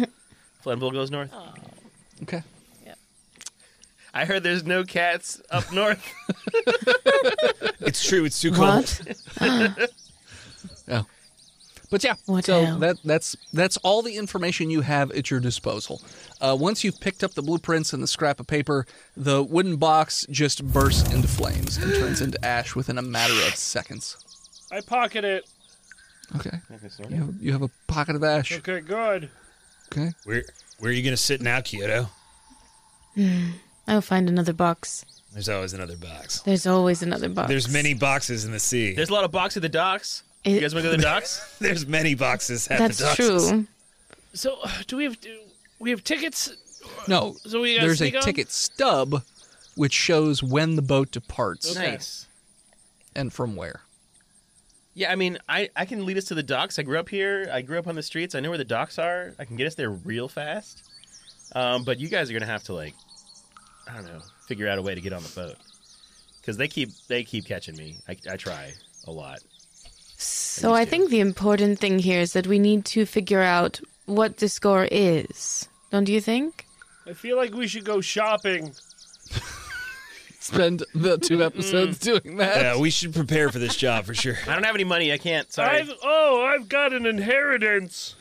D: Flenville goes north.
I: Oh.
C: Okay.
D: I heard there's no cats up north.
C: (laughs)
E: It's true. It's too cold.
H: What?
C: Oh. But yeah,
H: What
C: so
H: hell?
C: that that's that's all the information you have at your disposal. Uh, once you've picked up the blueprints and the scrap of paper, the wooden box just bursts into flames and turns into ash within a matter of seconds.
F: I pocket it.
C: Okay, you have, you have a pocket of ash.
F: Okay, good.
C: Okay,
E: Where Where are you gonna sit now, Kyoto?
H: Hmm. I'll find another box.
E: There's always another box.
H: There's always another box.
E: There's many boxes in the sea.
D: There's a lot of box at the docks. you
H: It-
D: guys want to go to the docks?
E: (laughs) There's many boxes at
H: That's
E: the docks.
H: true.
B: (laughs) So uh, do we have do we have tickets?
C: no,
B: So we gotta
C: there's a
B: sneak on?
C: ticket stub, which shows when the boat departs
D: Nice.
C: and from where.
D: Yeah, I mean, I, I can lead us to the docks. I grew up here. I grew up on the streets. I know where the docks are. I can get us there real fast. Um, but you guys are gonna have to like, I don't know, figure out a way to get on the boat because they keep they keep catching me. I, I try a lot.
H: So I think the important thing here is that we need to figure out what the score is. Don't you think?
F: I feel like we should go shopping.
C: Spend the two episodes
F: Hmm.
C: doing that.
E: Yeah, we should prepare for this job for sure.
D: I don't have any money. I
E: (laughs)
D: can't. Sorry.
F: I've oh, I've got an inheritance.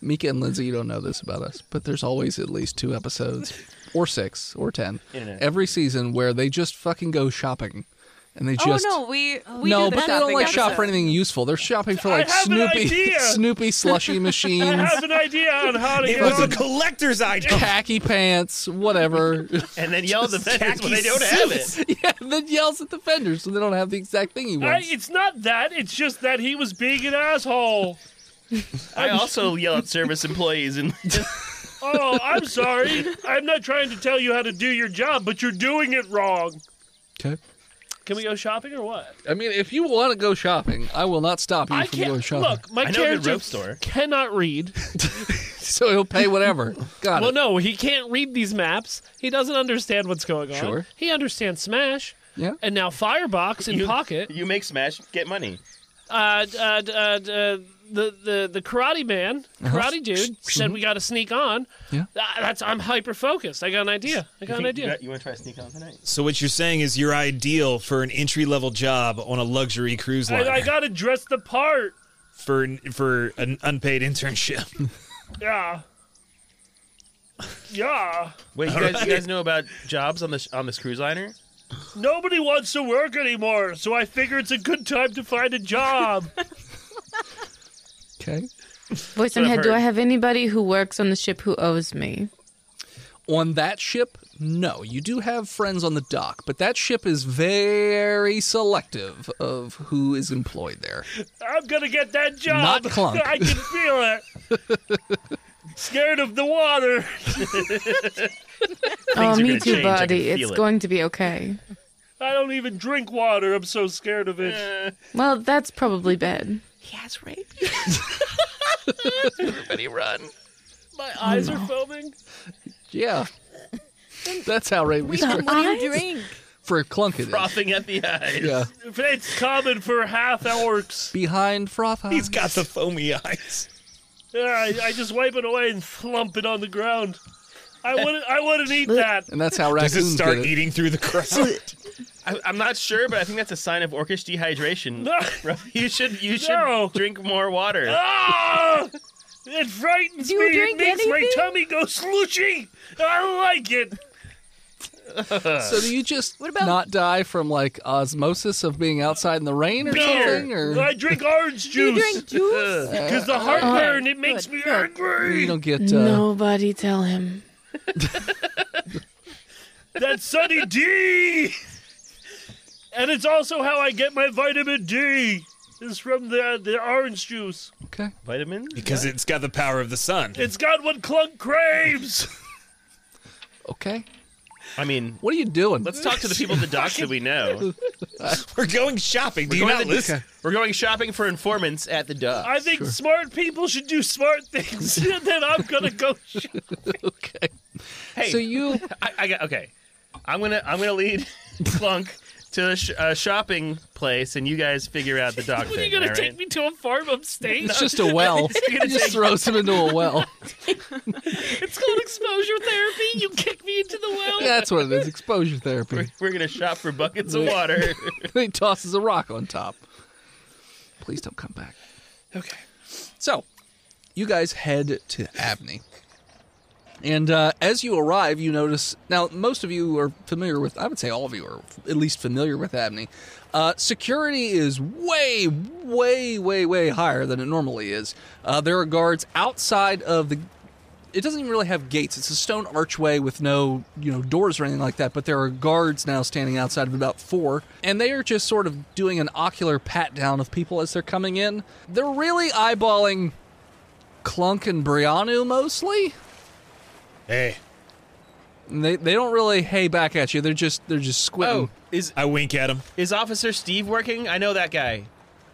C: Mika and Lindsay, you don't know this about us, but there's always at least two episodes, or six, or ten,
D: Internet.
C: every season where they just fucking go shopping, and they just
G: oh no, we we
C: no,
G: do
C: but they don't
G: the shopping
C: like shop for
G: episode.
C: anything useful. They're shopping for
F: I
C: like
F: have an
C: Snoopy,
F: idea.
C: (laughs) Snoopy
F: (laughs)
C: slushy
F: I
C: machines,
F: have an idea on how to
E: It
F: get
E: was a
F: on. (laughs)
E: collector's item.
C: khaki pants, whatever.
D: and then yell at the vendors when
E: khaki
D: they don't have
E: suits.
D: it.
C: (laughs) yeah, and then yells at the vendors when they don't have the exact thing he
F: I,
C: wants.
F: it's not that. It's just that he was being an asshole.
D: I also yell at service employees and
F: (laughs)
D: (laughs)
F: Oh, I'm sorry. I'm not trying to tell you how to do your job, but you're doing it wrong.
C: okay.
F: Can we go shopping or what?
C: I mean, if you want to go shopping, I will not stop you
F: I
C: from going
F: can't
C: shopping.
F: look. My
D: I know a good
F: character
D: rope store.
B: Cannot read.
C: (laughs) So he'll pay whatever. Got
B: Well,
C: it.
B: no, he can't read these maps. He doesn't understand what's going on.
C: Sure.
B: He understands Smash.
C: Yeah.
B: And now Firebox in
D: You-
B: Pocket.
D: You make Smash get money.
B: Uh, d- uh, d- uh, d- uh, the, the the karate man,
C: Uh-huh.
B: karate dude, said we got to sneak on.
C: mm-hmm. Yeah.
B: Ah, that's I'm hyper focused. I got an idea. I got an
D: You,
B: idea.
D: want to try to sneak on tonight?
E: So what you're saying is you're ideal for an entry level job on a luxury cruise
F: I,
E: liner
F: I gotta dress the part.
E: for for an unpaid internship. (laughs)
F: Yeah. Yeah.
D: (laughs) Wait, you guys, you guys know about jobs on this on this cruise liner?
F: Nobody wants to work anymore, so I figure it's a good time to find a
C: (laughs)
F: job.
C: Okay.
H: Voice in
D: I've
H: head, do
D: heard.
H: I have anybody who works on the ship who owes me?
C: On that ship, no. You do have friends on the dock, but that ship is very selective of who is employed there.
F: I'm gonna get that job.
C: Not clunk.
F: (laughs) I can feel it. Scared of the
H: (laughs)
F: water.
H: Oh,
D: are
H: me
D: gonna
H: too,
D: change. I can
H: buddy.
D: feel
H: It's
D: it.
H: going to be okay.
F: I don't even drink water. I'm so scared of it.
H: Uh. Well, that's probably bad.
F: (laughs)
H: (laughs)
B: (laughs) My eyes are foaming.
H: (laughs)
C: Yeah. That's how rabies work.
H: What do you
I: Drink.
C: For Clunk, it is.
D: Frothing at the eyes.
C: Yeah.
F: It's common for half orcs.
C: Behind
E: (laughs)
C: froth
E: He's
C: eyes.
E: got the foamy eyes.
F: Yeah, I, I just wipe it away and slump it on the ground.
C: Eh.
F: I wouldn't. I wouldn't eat that.
C: And that's how
E: Does it
C: raccoons
E: start
C: get it.
E: eating through the
C: (laughs)
E: crowd?
D: I, I'm not sure, but I think that's a sign of orcish dehydration.
F: No.
D: Bro, you should you should
F: No.
D: drink more water.
F: Ah! It frightens
I: Do you
F: me. It
I: drink
F: makes my
I: anything?
F: tummy go slushy. I like it.
C: (laughs) So do you just not die from like osmosis of being outside in the rain or something? Or
F: I drink
I: (laughs)
F: orange juice
I: Drink juice. Uh,
F: because the heartburn it makes me angry.
C: uh, you don't get uh,
H: Nobody tell him.
F: That's Sunny D. And it's also how I get my vitamin D. Is from the the orange juice.
C: Okay.
D: Vitamin?
E: Because it's got the power of the sun.
F: It's got what Clunk
C: (laughs)
F: craves.
C: Okay.
D: I mean,
C: What are you doing?
D: let's talk to the people at
C: (laughs)
D: the docks that we know.
E: We're going shopping. Do
D: We're
E: you
D: going,
E: not
D: to-
E: listen?
D: (laughs) we're going shopping for informants at the docks.
F: I think smart people should do smart things. (laughs) and then I'm gonna go. sh-
C: okay.
D: Hey,
C: So you
D: (laughs) I, I got okay. I'm gonna I'm gonna lead (laughs) Clunk to a, sh- a shopping place, and you guys figure out the
B: (laughs)
D: dock
B: What are
D: thing.
B: you gonna
D: all
B: take
D: right?
B: me to a farm upstate?
C: it's
B: (laughs)
C: just a well. He just throws him into a well.
B: It's called exposure therapy. You kick me into the well.
C: That's what it is. Exposure therapy.
D: We're gonna shop for buckets of
C: (laughs)
D: water.
C: he tosses a rock on top. Please don't come back. Okay. So, you guys head to Abney. And uh, as you arrive, you notice. Now, most of you are familiar with, I would say all of you are f- at least familiar with Abney. Uh, security is way, way, way, way higher than it normally is. Uh, there are guards outside of the it doesn't even really have gates. It's a stone archway with no, you know, doors or anything like that. But there are guards now standing outside of about four, and they are just sort of doing an ocular pat down of people as they're coming in. They're really eyeballing Clunk and Brianu mostly.
E: Hey,
C: And they they don't really hey back at you. They're just they're just squinting.
D: oh, is
E: I wink at him.
D: is Officer Steve working? I know that guy.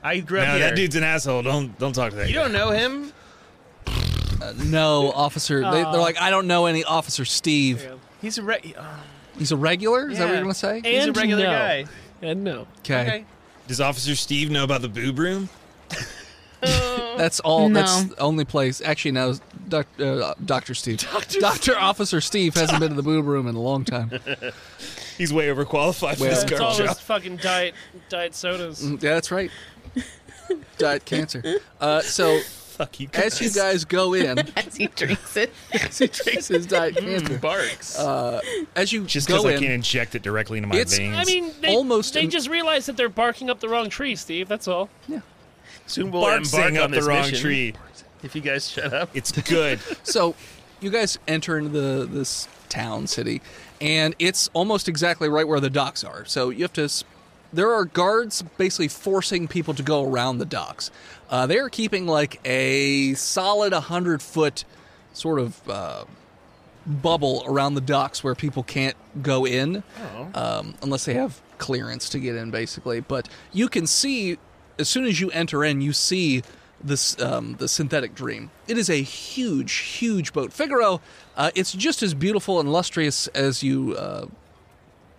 D: I grew up
E: No,
D: here.
E: that dude's an asshole. Don't don't talk to that.
D: You
E: guy.
D: don't know him?
C: Uh, no, officer. They, they're like I don't know any officer Steve.
D: He's a re- oh,
C: He's a regular. Is that what
D: Yeah.
C: you're gonna say?
D: he's a
B: And
D: regular
B: no.
D: guy.
B: And no.
D: Okay.
E: Does Officer Steve know about the boob
D: (laughs)
E: room?
C: That's all.
H: No.
C: That's the only place. Actually, no. Doc, uh, Dr. Steve. Dr. Officer Steve hasn't been to the boob room in a long time.
E: (laughs) He's way overqualified for
C: Well-
E: this
C: That's
E: garbage
B: It's all
E: job.
B: those fucking diet diet sodas.
C: yeah,
D: (laughs)
C: that's right. Diet cancer. Uh, so,
E: Fuck you guys.
C: as you guys go in,
H: (laughs) As he drinks it.
C: as (laughs) he drinks his diet cancer,
D: Mm,
C: Uh,
D: Barks.
C: as you
E: Just because
C: go
E: I
C: in,
E: can't inject it directly into my
C: It's-
E: veins.
B: I mean, they,
C: almost
B: they
C: im-
B: just realized that they're barking up the wrong tree, Steve. That's all.
D: Soon we'll
E: Barksing
D: embark
E: up
D: on
E: the
D: this
E: wrong
D: mission
E: tree.
D: If you guys shut up.
E: It's good.
C: (laughs) so you guys enter into the this town city and it's almost exactly right where the docks are so you have to s- there are guards basically forcing people to go around the docks uh, they are keeping like a solid 100 foot sort of uh, bubble around the docks where people can't go in um, unless they have clearance to get in, basically. But you can see as soon as you enter in, you see this um, the synthetic dream. It is a huge, huge boat. Figaro, uh, it's just as beautiful and lustrous as you uh,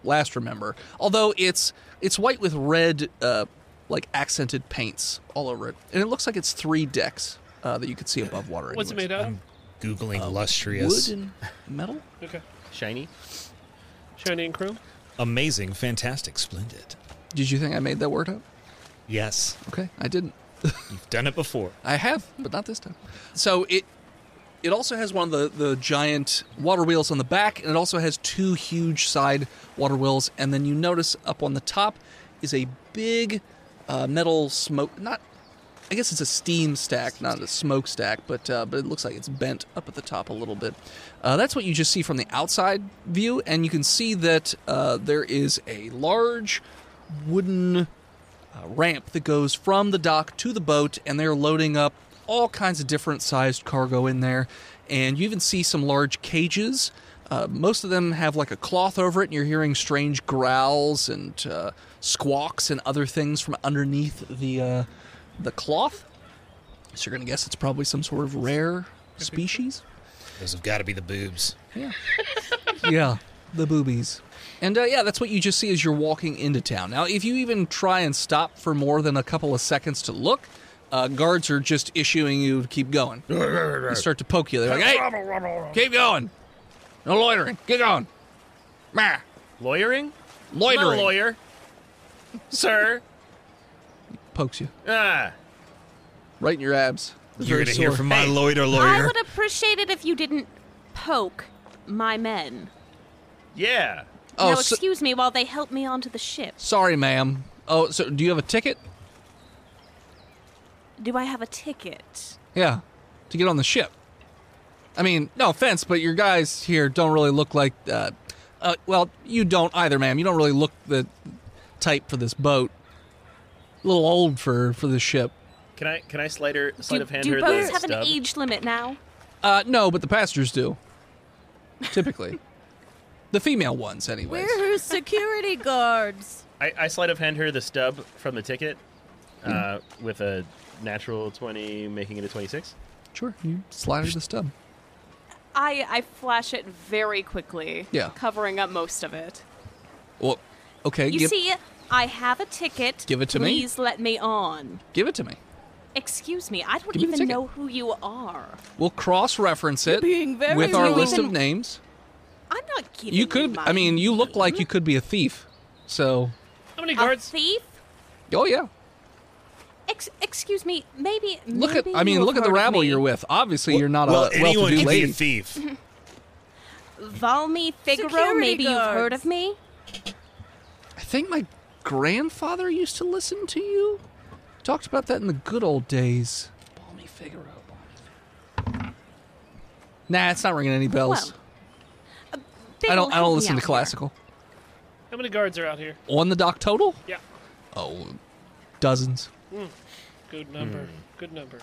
C: last remember. Although it's it's white with red, uh, like accented paints all over it, and it looks like it's three decks uh, that you could see above water.
B: What's it
C: anyways.
B: made out of?
E: Googling
B: um,
E: lustrous.
C: Wood and metal.
B: Okay.
D: Shiny.
B: Shiny and chrome.
E: Amazing, fantastic, splendid.
C: Did you think I made that word up?
E: Yes,
C: Okay, I didn't. (laughs)
E: you've done it before.
C: I have, but not this time. So it it also has one of the, the giant water wheels on the back, and it also has two huge side water wheels. And then you notice up on the top is a big uh, metal smoke. Not, I guess it's a steam stack, not a smoke stack, but uh, but it looks like it's bent up at the top a little bit. Uh, that's what you just see from the outside view, and you can see that uh, there is a large wooden uh, ramp that goes from the dock to the boat, and they're loading up all kinds of different sized cargo in there. And you even see some large cages. Uh, most of them have like a cloth over it, and you're hearing strange growls and uh, squawks and other things from underneath the uh, the cloth. So you're gonna guess it's probably some sort of rare species.
E: Those have got to be the boobs.
C: Yeah. yeah, the boobies. And uh, yeah, that's what you just see as you're walking into town. Now, if you even try and stop for more than a couple of seconds to look, uh, guards are just issuing you to keep
E: (laughs)
C: going. they start to poke you. They're like, hey, keep going. No loitering. Keep going. Meh.
D: Lawyering? I'm not
C: Loitering.
D: a lawyer. Sir.
C: Pokes you
D: Ah.
C: right in your abs. It's
E: You're
C: very
E: gonna hear
C: sore.
E: from my lawyer,
G: I
E: lawyer.
G: would appreciate it if you didn't poke my men.
D: Yeah.
C: Oh,
G: now,
C: so-
G: excuse me while they help me onto the ship.
C: sorry, ma'am. Oh, so do you have a ticket?
G: Do I have a ticket?
C: Yeah, to get on the ship. I mean, no offense, but your guys here don't really look like uh, Uh, well, you don't either, ma'am. You don't really look the type for this boat. A little old for for the ship.
D: Can I can I slide her sleight
G: Do,
D: of hand
G: do
D: her
G: boats
D: the
G: have
D: stub?
G: an age limit now?
C: Uh, no, but the passengers do. Typically, the female ones, anyways.
I: We're her security (laughs) guards.
D: I, I sleight of hand her the stub from the ticket, uh, with a natural twenty, making it a twenty-six.
C: (laughs) Sure, you slide her the stub.
G: I I flash it very quickly,
C: Yeah.
G: covering up most of it.
C: Well, okay.
G: You
C: give,
G: see, I have a ticket.
C: Give it to me.
G: Please let me on.
C: give it to me.
G: Excuse me, I don't
C: Give me the
G: even
C: ticket.
G: know who you are.
C: We'll cross-reference it
A: being very
C: with our
A: rude.
C: list of names.
G: I'm not giving
C: You could. I
G: mine.
C: mean, you look like you could be a thief. So,
B: How many
G: a
B: guards?
G: thief.
C: oh yeah.
G: Ex- excuse me, maybe.
C: Look at.
G: maybe
C: I mean,
G: you
C: look at
G: have
C: the
G: heard of
C: rabble
G: me.
C: you're with. Obviously, you're not
E: well,
C: a
E: anyone
C: well-to-do
E: can
C: lady.
E: be a thief.
G: Valmy Figaro.
I: Security
G: maybe you've heard
I: guards.
G: of me.
C: I think my grandfather used to listen to you. Talked about that in the good old days. Balmy Figaro. Balmy Figaro. Nah, it's not ringing any bells.
G: Well, uh, They
C: I don't.
G: will
C: I
G: help
C: don't
G: me
C: listen
G: out
C: to
G: here.
C: classical.
B: How many guards are out here?
C: On the dock total?
B: Yeah. Hmm.
C: Oh, dozens.
B: Good
D: Hmm.
B: number. Good number.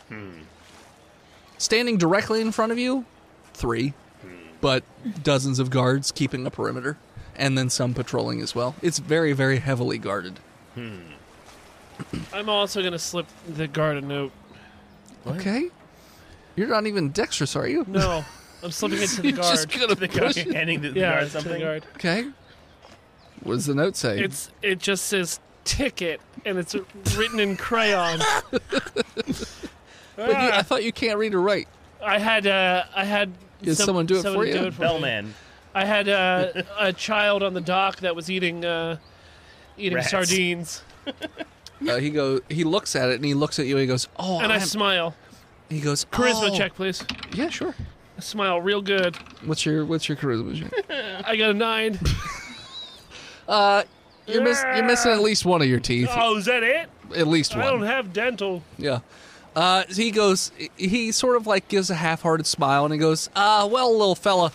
C: Standing directly in front of you, three, but dozens of guards keeping a perimeter, and then some patrolling as well. It's very, very heavily guarded.
E: Hmm.
B: I'm also gonna slip the guard a note.
C: Okay. You're not even dexterous, are you?
B: No, Oh, I'm slipping
C: (laughs)
B: it to (laughs) the
C: You're
B: guard.
C: just gonna
D: The guy
C: push it.
D: handing the
B: yeah,
D: guard
B: to the
D: something.
B: guard.
C: Okay. (laughs) What does the note say?
B: It's it just says ticket and it's written in
C: (laughs)
B: crayon. Ah.
C: But you, I thought you can't read or write.
B: I had uh, I had
C: Did someone do it for you?
B: me.
F: (laughs)
D: Bellman.
B: I had uh, a child on the dock that was eating uh, eating
D: Rats.
B: sardines,
C: Uh, he go. He looks at it and he looks at you. and He goes, "Oh,
B: and I
C: I'm-"
B: smile.
C: He goes,
B: Charisma
C: "Oh."
B: check, please.
C: Yeah, sure.
B: I smile real good.
C: What's your What's your charisma check?
B: I got a nine.
C: (laughs) Uh, you're miss, You're missing at
F: (laughs)
C: least one of your teeth.
F: Oh, is that it?
C: At least
F: I don't
C: one.
F: have dental.
C: yeah. Uh, so he goes. He sort of like gives a half-hearted smile and he goes, "Ah, well, little fella,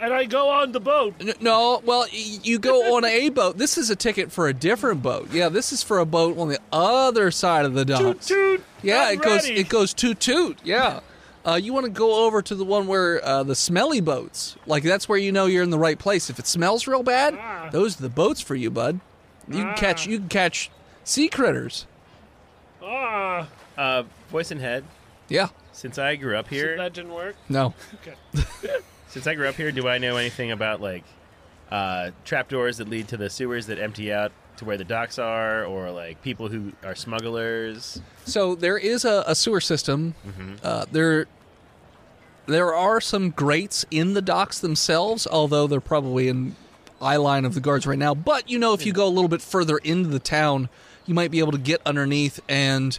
F: And I go on the boat.
C: N- No, well, y- you go on a boat. This is a ticket for a different boat. Yeah, this is for a boat on the other side of the docks.
F: toot.
C: Yeah,
F: I'm
C: it goes.
F: ready.
C: It goes toot toot. Yeah. Uh, you want to go over to the one where uh, the smelly boats. Like that's where you know you're in the right place. If it smells real bad,
F: Ah.
C: those are the boats for you, bud. You can catch. You can catch sea critters.
F: Ah,
D: Uh, voice and head.
C: Yeah.
D: Since I grew up here,
B: That didn't work.
C: No.
D: since I grew up here, do I know anything about like uh, trapdoors that lead to the sewers that empty out to where the docks are, or like people who are smugglers?
C: So there is a, a sewer system. Uh, there, there are some grates in the docks themselves, although they're probably in eye line of the guards right now. But you know, if you go a little bit further into the town, you might be able to get underneath and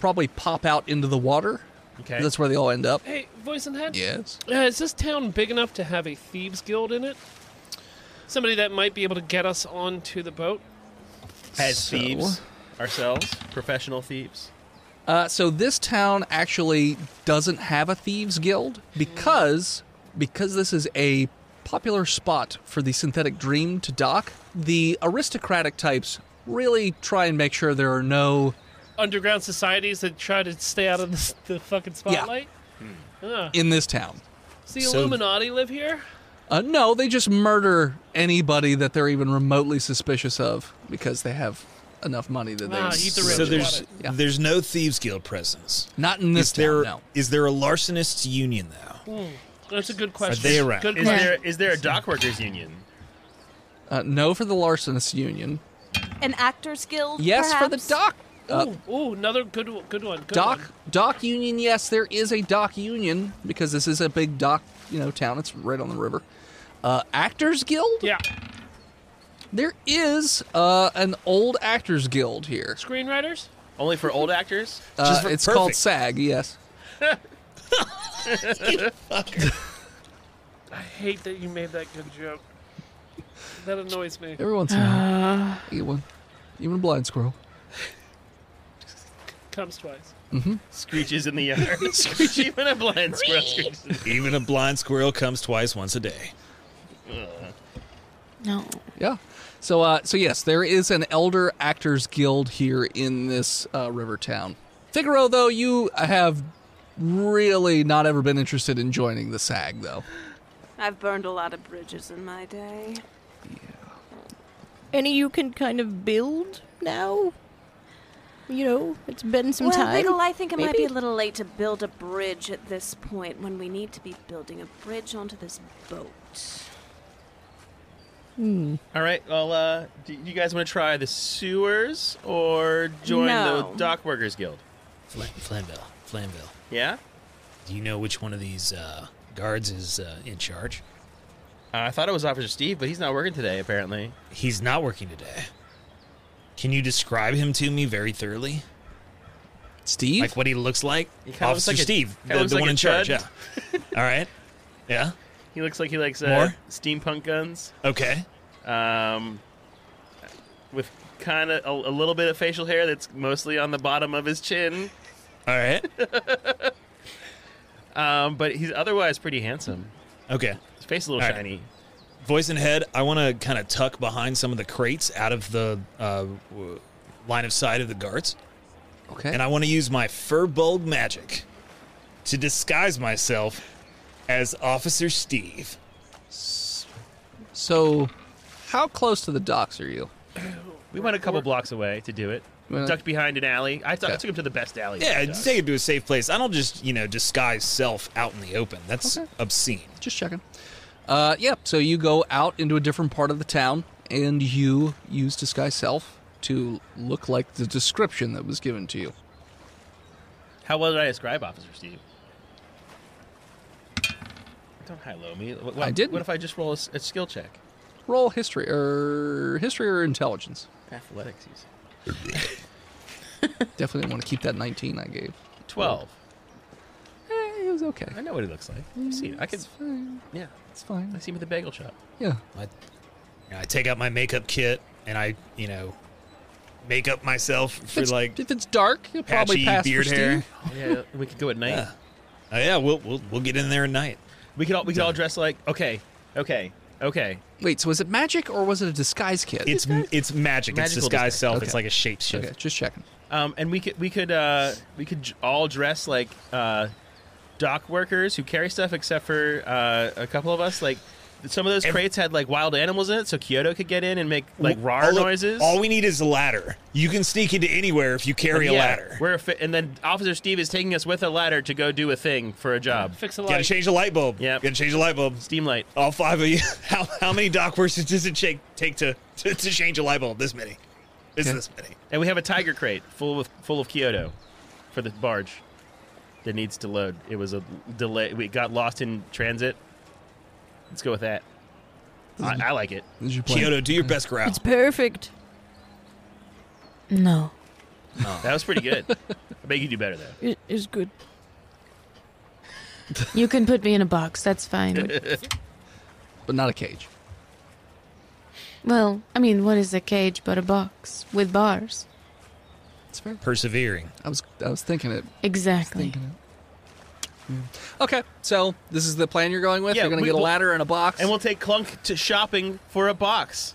C: probably pop out into the water.
D: Okay.
C: That's where they all end (laughs) up.
B: Hey, voice and head.
C: Yes.
B: Uh, is this town big enough to have a thieves guild in it? Somebody that might be able to get us onto the boat.
D: As
C: So-
D: thieves ourselves, professional thieves.
C: Uh, so this town actually doesn't have a thieves guild because because this is a popular spot for the synthetic dream to dock. The aristocratic types really try and make sure there are no
B: Underground societies that try to stay out of the, the fucking spotlight.
C: Hmm.
B: Ah.
C: in this town.
B: So the
E: So-
B: Illuminati live here.
C: Uh, no, they just murder anybody that they're even remotely suspicious of because they have enough money that they.
B: Ah, eat the rich.
E: So there's
B: Got
C: Yeah.
E: there's no thieves guild presence.
C: not in this
E: is there
C: town. No.
E: is there a larcenists union though?
B: That's a good question.
E: they around?
B: Good
D: Is
B: question.
D: there is there a dock workers union?
C: Uh, no for the larcenous union.
G: An actors guild.
C: Yes for the
G: perhaps?
C: dock. Uh,
B: Ooh, ooh, another good, one- good one. Good
C: Dock
B: one.
C: Dock Union, yes, there is a Dock Union because this is a big dock, you know, town. It's right on the river. Uh, Actors Guild.
B: Yeah,
C: There is uh, an old Actors Guild here. (laughs)
B: screenwriters.
D: Only for old actors?
C: Uh,
E: for-
C: it's
E: perfect.
C: called SAG. Yes.
B: I hate that you made that good joke. That annoys me.
C: Every once in a while,
B: Uh.
C: eat one. Even a blind squirrel.
B: (sighs) Comes twice.
C: Mm-hmm.
D: Screeches in the yard.
C: (laughs)
D: Even a blind squirrel screeches.
E: Even a blind squirrel comes twice once a day.
H: No.
C: Yeah. So, uh, so yes, there is an elder actors guild here in this uh, river town. Figaro, though, you have really not ever been interested in joining the SAG, though.
G: I've burned a lot of bridges in my day.
A: Any you can kind of build now? You know, it's been some
G: well,
A: time.
G: Biggle, I think it might be a
A: maybe?
G: little late to build a bridge at this point when we need to be building a bridge onto this boat.
I: Hmm.
D: All right. Well, uh, do you guys want to try the sewers or join
G: No.
D: the dock workers guild?
K: Flan- Flanville, Flanville.
D: Yeah.
K: Do you know which one of these uh, guards is uh, in charge?
D: Uh, I thought it was Officer Steve, but he's not working today apparently.
K: He's not working today.
E: Can you describe him to me very thoroughly?
C: Steve?
E: Like what he looks like?
D: He kinda looks
E: Officer
D: like a-
E: Steve,
D: kinda
E: the, the
D: looks like
E: one
D: a
E: in charge.
D: chud.
E: Yeah. All right. Yeah.
D: He looks like he likes uh,
E: More?
D: steampunk guns.
E: Okay.
D: Um, with kind of a, a little bit of facial hair that's mostly on the bottom of his chin.
E: All right.
D: (laughs) Um, but he's otherwise pretty handsome.
E: Okay.
D: His face is a little
E: All right.
D: shiny.
E: Voice and head, I want to kind of tuck behind some of the crates out of the uh, w- line of sight of the guards,
C: Okay.
E: and I want to use my furbolg magic to disguise myself as Officer Steve.
C: so, how close to the docks are you?
D: We went a couple blocks away to do it.
C: Well-
D: Ducked behind an alley. I, thought I
C: Okay.
D: took him to the best alley.
E: Yeah,
D: Duck.
E: just take him to a safe place. I don't just you know disguise self out in the open. That's
C: Okay.
E: obscene.
C: Just checking. Uh, yeah. So you go out into a different part of the town, and you use disguise self to look like the description that was given to you.
D: How well did I describe Officer Steve? Don't high low me. What, what-
C: I didn't.
D: What if I just roll a, s- a skill check?
C: Roll history or history or intelligence.
D: Athletics. he's-
C: Definitely want to keep that 19 I gave.
D: Twelve.
C: Eh, it was okay.
D: I know what he looks like. I've seen it. I can.
C: It's fine.
D: Yeah.
C: It's
D: I
C: fine.
D: see him at the bagel shop.
C: Yeah.
E: I, I take out my makeup kit and I you know make up myself
C: If
E: for
C: it's,
E: like
C: if it's dark, you'll
E: patchy
C: probably pass
E: beard
C: for
E: hair.
C: Steve.
D: Oh, yeah. we could go at night.
E: Yeah. Oh, yeah, we'll, we'll we'll get in there at night.
D: We could all we could all dress like okay, okay, okay.
C: Wait. So is it magic or was it a disguise kit?
E: It's it's magic.
D: Magical
E: it's disguise
D: disguise.
E: self.
C: Okay.
E: It's like a shapeshift.
C: okay. Just checking.
D: Um, and we could we could uh, we could j- all dress like uh, dock workers who carry stuff, except for uh, a couple of us. Like some of those
E: Every-
D: crates had like wild animals in it, so Kyoto could get in and make like
E: W-
D: rar
E: all of-
D: noises.
E: All we need is a ladder. You can sneak into anywhere if you carry a
D: Yeah,
E: ladder.
D: We're a fi- and then Officer Steve is taking us with a ladder to go do a thing for a job.
B: Fix a
E: Gotta
B: light.
E: change the light bulb.
D: Yep.
E: Gotta change the light bulb.
D: Steam light.
E: All five of you. (laughs) How, how many dock workers does it take, take to, to, to change a light bulb? This many. It's
C: Okay.
E: this many.
D: And we have a tiger crate full of full of Kyoto for the barge that needs to load. It was a delay. We got lost in transit. Let's go with that. I, I like it.
C: This is your plan.
E: Kyoto, do your best growl.
A: It's perfect.
H: No.
D: (laughs) That was pretty good. I bet you do better though.
A: It is good.
H: You can put me in a box.
D: (laughs)
H: That's fine.
E: (laughs)
C: but not a cage.
H: well, I mean, what is a cage but a box with bars?
C: It's fair.
E: Persevering.
C: I was I was thinking it.
H: Exactly.
C: (laughs) Okay, so this is the plan you're going with.
D: Yeah,
C: you're going to
D: we-
C: get a
D: we'll-
C: ladder and a box,
D: And we'll take Clunk to shopping for a box.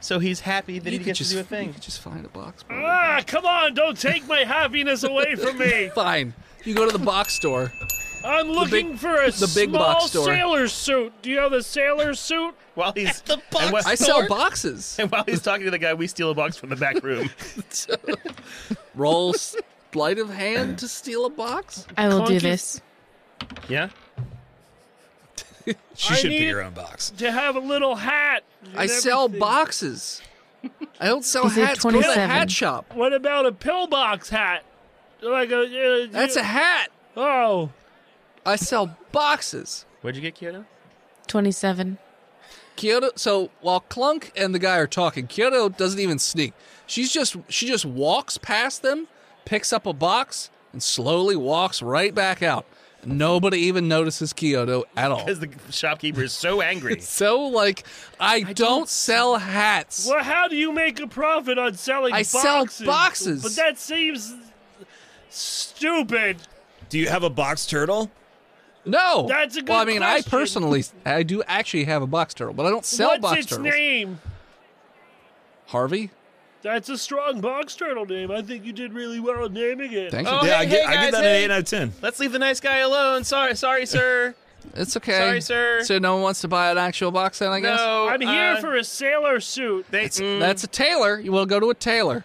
D: So he's happy that he gets to do a thing.
C: You could just find a box. bro.
F: Ah, come on, don't take my
C: (laughs)
F: happiness away from me.
C: Fine. You go to the box store.
F: I'm looking for a
C: the big
F: small
C: box store.
F: sailor suit. Do you have a sailor suit?
D: While he's
K: the box
D: and while, (laughs)
C: I sell boxes.
D: and while he's talking to the guy, we steal a box from the back room.
C: (laughs) Roll sleight of hand to steal a box.
H: I will do
F: Clunky-
H: this.
D: yeah.
E: She
F: I
E: should
F: need-
E: be your own box.
F: To have a little hat. and
C: I sell
F: everything.
C: boxes. I don't sell
H: He said
C: hats. Go to the
H: 27.
C: hat shop.
F: What about a pillbox hat? Like a. Uh,
C: That's a hat.
F: Oh.
C: I sell boxes.
D: Where'd you get Kyoto?
H: 27.
C: Kyoto. So while Clunk and the guy are talking, Kyoto doesn't even sneak. She's just she just walks past them, picks up a box, and slowly walks right back out. Nobody even notices Kyoto at all.
D: Because the shopkeeper is so
C: (laughs)
D: angry.
C: So like, I, don't, sell hats.
F: Well, how do you make a profit on selling
C: I
F: boxes?
C: sell boxes.
F: But that seems stupid.
E: Do you have a box turtle?
C: No.
F: That's a good
C: Well, I mean, I
F: question.
C: personally, I do actually have a box turtle, but I don't sell
F: What's
C: box
F: its
C: turtles.
F: name?
C: Harvey?
F: That's a strong box turtle name. I think you did really well at naming it.
C: Thank
D: Oh,
C: you.
D: hey, hey, guys, hey.
E: ten.
D: Let's leave the nice guy alone. Sorry, sorry, sir.
C: It's okay.
D: Sorry, sir.
C: So no one wants to buy an actual box then, I guess?
D: No,
F: I'm here
D: uh,
F: for a sailor suit.
D: They, mm,
C: That's a tailor. You will go to a tailor.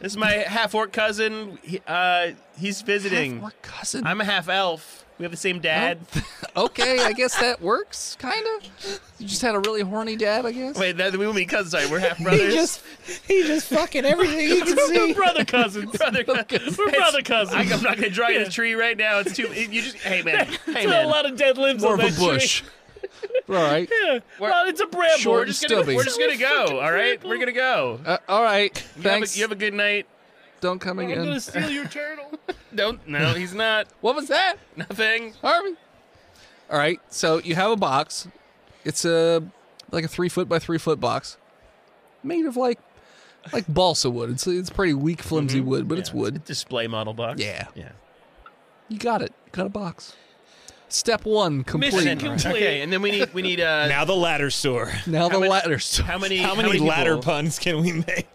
D: this is my half orc cousin. He, uh, he's visiting.
C: Half-orc cousin. Oh.
D: I'm a half elf. We have the same dad.
C: (laughs) okay, I guess that works, kind of. You just had a really horny dad, I guess.
D: Wait, that, we wouldn't be cousins. Sorry, we're
C: (laughs)
D: half brothers.
J: (laughs) he just fucking everything
D: (laughs)
J: he can
F: We're
J: see.
F: brother cousins.
D: brother, (laughs) cousins.
F: We're brother cousins.
D: I, am not gonna draw you
F: Yeah.
D: the tree right now. It's too. You just, hey (laughs) man, hey
F: There's not
D: man.
F: a lot of dead limbs
C: More
F: on
C: of
F: that
C: a bush. all right.
F: tree. Yeah. Well, it's a bramble.
C: Short
D: we're just gonna,
C: stubby.
D: we're just gonna go. All right, we're gonna go.
C: Uh, all right.
D: You have a-
C: Thanks.
D: You have, a, good night.
C: Don't (laughs) come
F: I'm
C: again.
F: gonna steal your turtle.
D: (laughs) Don't. No, he's not.
C: (laughs) What was that?
D: Nothing.
C: Harvey. (laughs) All right. So you have a box. It's a like a three foot by three foot box, made of like like balsa wood. It's it's pretty weak, flimsy wood, but it's
D: Yeah,
C: wood.
D: a display model box.
C: Yeah.
D: Yeah.
C: You got it. You got a box. Step one complete.
D: And then- Okay, and then we need we need
C: (laughs)
D: uh
E: Now the ladder store.
C: Now the
D: much-
C: ladder. store.
D: how many
E: How many ladder
D: people,
E: puns can we make?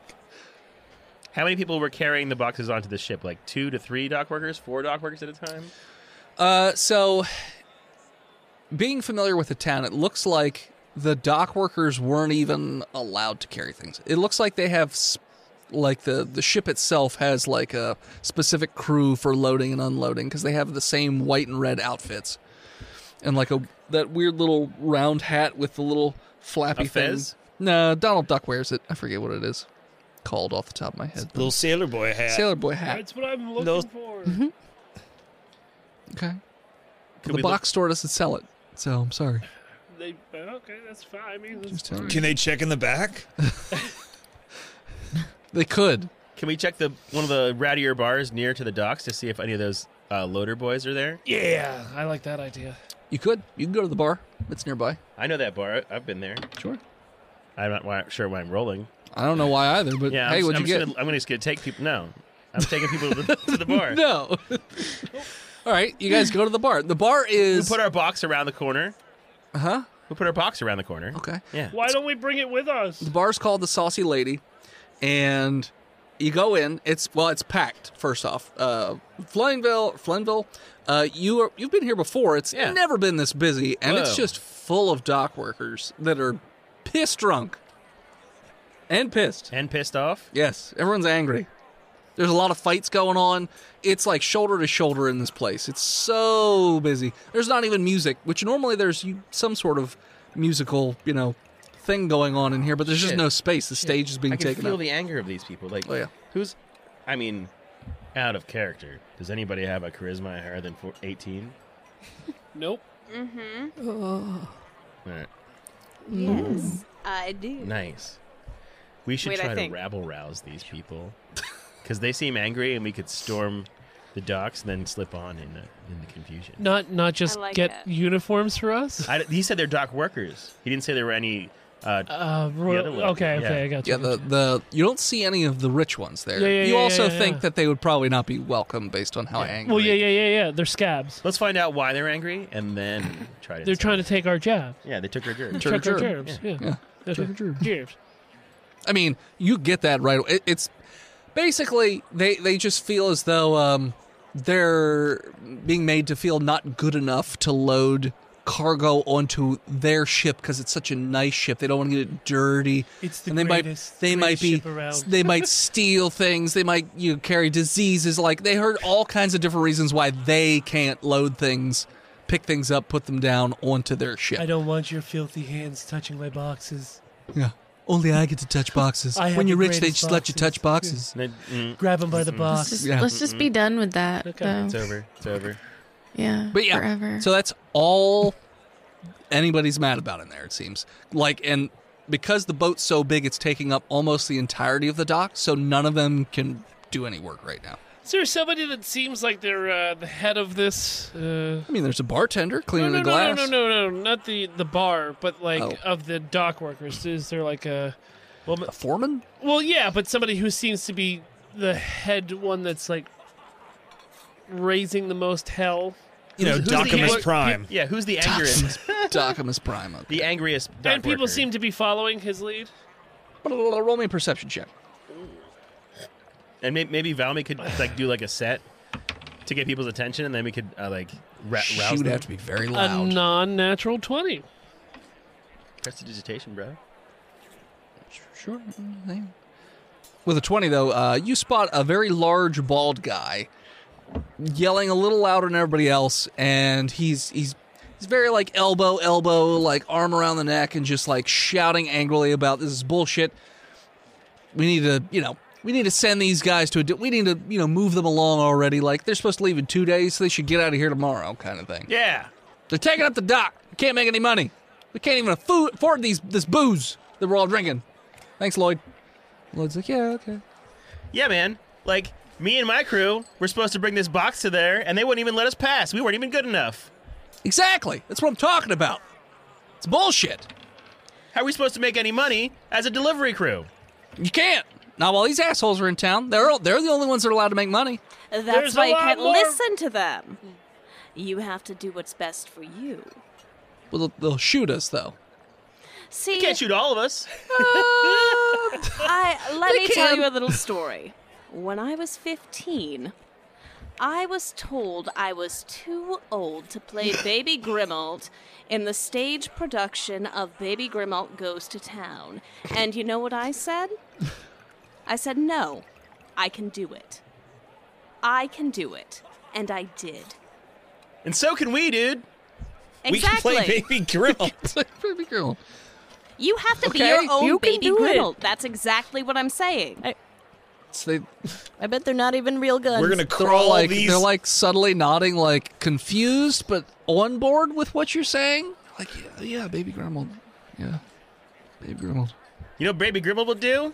D: how many people were carrying the boxes onto the ship? Like two to three dock workers, four dock workers at a time.
C: Uh, so, being familiar with the town, it looks like the dock workers weren't even allowed to carry things. It looks like they have, s- like the the ship itself has like a specific crew for loading and unloading because they have the same white and red outfits, and like a that weird little round hat with the little flappy
D: A
C: thing.
D: fez?
C: No, Donald Duck wears it. I forget what it is called off the top of my head.
E: Little sailor boy hat.
C: Sailor boy hat.
F: That's what I'm looking
E: (laughs) Those-
F: for.
C: Okay.
D: Could
C: But the
D: we look-
C: box store doesn't sell it, so I'm sorry.
F: They, okay, that's fine. I mean, that's
C: Just telling you.
E: Can they check in the back?
C: They could.
D: Can we check the one of the rattier bars near to the docks to see if any of those uh, loader boys are there?
F: Yeah, I like that idea.
C: You could. You can go to the bar. It's nearby.
D: I know that bar. I- I've been there.
C: Sure.
D: I'm not why, sure why I'm rolling.
C: I don't know why either, but
D: Yeah, I'm,
C: hey,
D: just,
C: what'd
D: I'm
C: you
D: just
C: get?
D: Gonna, I'm gonna just gonna take people. No, I'm taking people to the, to
C: (laughs)
D: the bar.
C: No. All right, you guys go to the bar. The bar
D: We
C: is
D: put our box around the corner.
C: huh?
D: We put our box around the corner.
C: Okay.
D: Yeah.
F: Why don't we bring it with us?
C: The bar's called the Saucy Lady, and you go in. It's well, it's packed. First off, uh, Flynnville, Flynnville, uh, you are you've been here before. It's
D: Yeah.
C: never been this busy, and it's
D: Whoa.
C: just full of dock workers that are piss drunk and pissed.
D: And pissed off.
C: Yes, everyone's angry. There's a lot of fights going on. It's like shoulder to shoulder in this place. It's so busy. There's not even music, which normally there's you- some sort of musical, you know, thing going on in here, but there's just
D: Shit.
C: no space. The stage is being
D: I can
C: taken
D: feel
C: up.
D: the anger of these people. Like,
C: Oh, yeah.
D: who's? I mean, out of character. Does anybody have a charisma higher than four- 18?
F: Nope.
G: Mm-hmm.
D: All right. mm.
G: Yes, I do.
D: Nice. We should
G: Wait, I
D: try to
G: think.
D: rabble rouse these people (laughs) because they seem angry, and we could storm the docks and then slip on in the, in the confusion.
B: Not not just
G: I like
B: get
G: that.
B: uniforms for us.
D: I, he said they're dock workers. He didn't say there were any. Uh,
B: Uh, ro-
D: other way.
B: okay, okay,
D: Yeah.
B: I got you.
C: Yeah, the, the you don't see any of the rich ones there.
B: Yeah, yeah,
C: you
B: yeah,
C: also
B: yeah,
C: think
B: yeah.
C: that they would probably not be welcome based on how angry.
B: well, yeah, yeah, yeah, yeah. They're scabs.
D: let's find out why they're angry, and then try to.
B: They're trying to take our job.
D: Yeah, they took our jerk.
C: Turn
B: Check our
C: germ.
B: germs. Yeah.
C: Yeah.
B: That's
C: Turn
B: right.
C: germ.
B: Germs.
C: I mean, you get that right. It, it's basically they they just feel as though um, they're being made to feel not good enough to load cargo onto their ship because it's such a nice ship. They don't want to get it dirty.
B: It's the
C: and they
B: greatest-
C: might they might
B: greatest
C: be
B: ship around.
C: they
B: (laughs)
C: might steal things. They might you know, carry diseases. Like they heard all kinds of different reasons why they can't load things, pick things up, put them down onto their ship.
B: I don't want your filthy hands touching my boxes.
C: yeah. Only I get to touch boxes.
B: I have
C: When
B: the
C: you're rich, they
B: greatest
C: just let you touch boxes.
D: And then, mm,
B: Grab them by the
H: Let's
B: box.
H: just,
C: Yeah.
H: let's just be done with that.
B: Okay.
H: though.
D: it's over. It's over.
H: yeah.
C: But yeah,
H: Forever.
C: so that's all anybody's mad about in there. It seems like, and because the boat's so big, it's taking up almost the entirety of the dock, so none of them can do any work right now.
B: Is there somebody that seems like they're uh, the head of this? Uh...
C: I mean, there's a bartender
B: No,
C: cleaning
B: no,
C: the
B: no, no,
C: glass.
B: no, no, no, not the the bar, but like
C: Oh.
B: of the dock workers. Is there like a?
C: A foreman?
B: Well, yeah, but somebody who seems to be the head one that's like raising the most hell.
E: you know,
D: Who's- who's the
E: Documus
D: ang-
E: Prime.
D: Yeah, who's the angriest?
C: Documus Prime. Okay.
D: The angriest. dock
B: and people
D: worker.
B: seem to be following his lead.
C: Roll me a perception check.
D: And may- maybe Valmy could like do like a set to get people's attention, and then we could uh, like ra-
C: She
D: rouse
C: would
D: them.
C: have to be very
B: A
C: loud.
B: non-natural twenty.
D: Prestidigitation, bro.
C: Sure. With a 20, though, uh, you spot a very large bald guy yelling a little louder than everybody else, and he's he's he's very like elbow, elbow, like arm around the neck, and just like shouting angrily about this is bullshit. We need to, you know, we need to send these guys to a. di- We need to, you know, move them along already. Like they're supposed to leave in two days, so they should get out of here tomorrow, kind of thing.
D: Yeah.
C: They're taking up the dock. We can't make any money. We can't even affo- afford these this booze that we're all drinking. Thanks, Lloyd. Lloyd's like, yeah, okay.
D: Yeah, man. Like me and my crew were supposed to bring this box to there, and they wouldn't even let us pass. We weren't even good enough.
C: Exactly. That's what I'm talking about. It's bullshit.
D: How are we supposed to make any money as a delivery crew?
C: You can't. Now, while these assholes are in town, they're all, they're the only ones that are allowed to make money.
G: That's
C: There's a
G: why you
C: lot
G: can't
C: more-
G: listen to them. You have to do what's best for you.
C: Well, they'll, they'll shoot us though.
G: See, Oh,
D: Can't shoot all of us.
G: (laughs)
C: (laughs)
G: I let
D: They
G: me tell
D: can.
G: you a little story. When I was 15, I was told I was too old
I: (laughs)
G: to play Baby Grimald in the stage production of Baby Grimald Goes to Town. And you know what I said? I said, "No. I can do it. I can do it." And I did.
D: And so can we, dude.
G: Exactly.
C: (laughs)
D: Baby Grill.
C: Baby Grill.
G: You have to be
I: Okay,
G: your own
I: you can
G: Baby
I: do it.
G: Grimald. That's exactly what I'm saying.
C: So they,
I: I bet they're not even real guns.
C: they're all like they're like subtly nodding, like confused but on board with what you're saying. Like, yeah, yeah baby grandma, yeah, baby grandma.
D: You know, what Baby Grimble would do.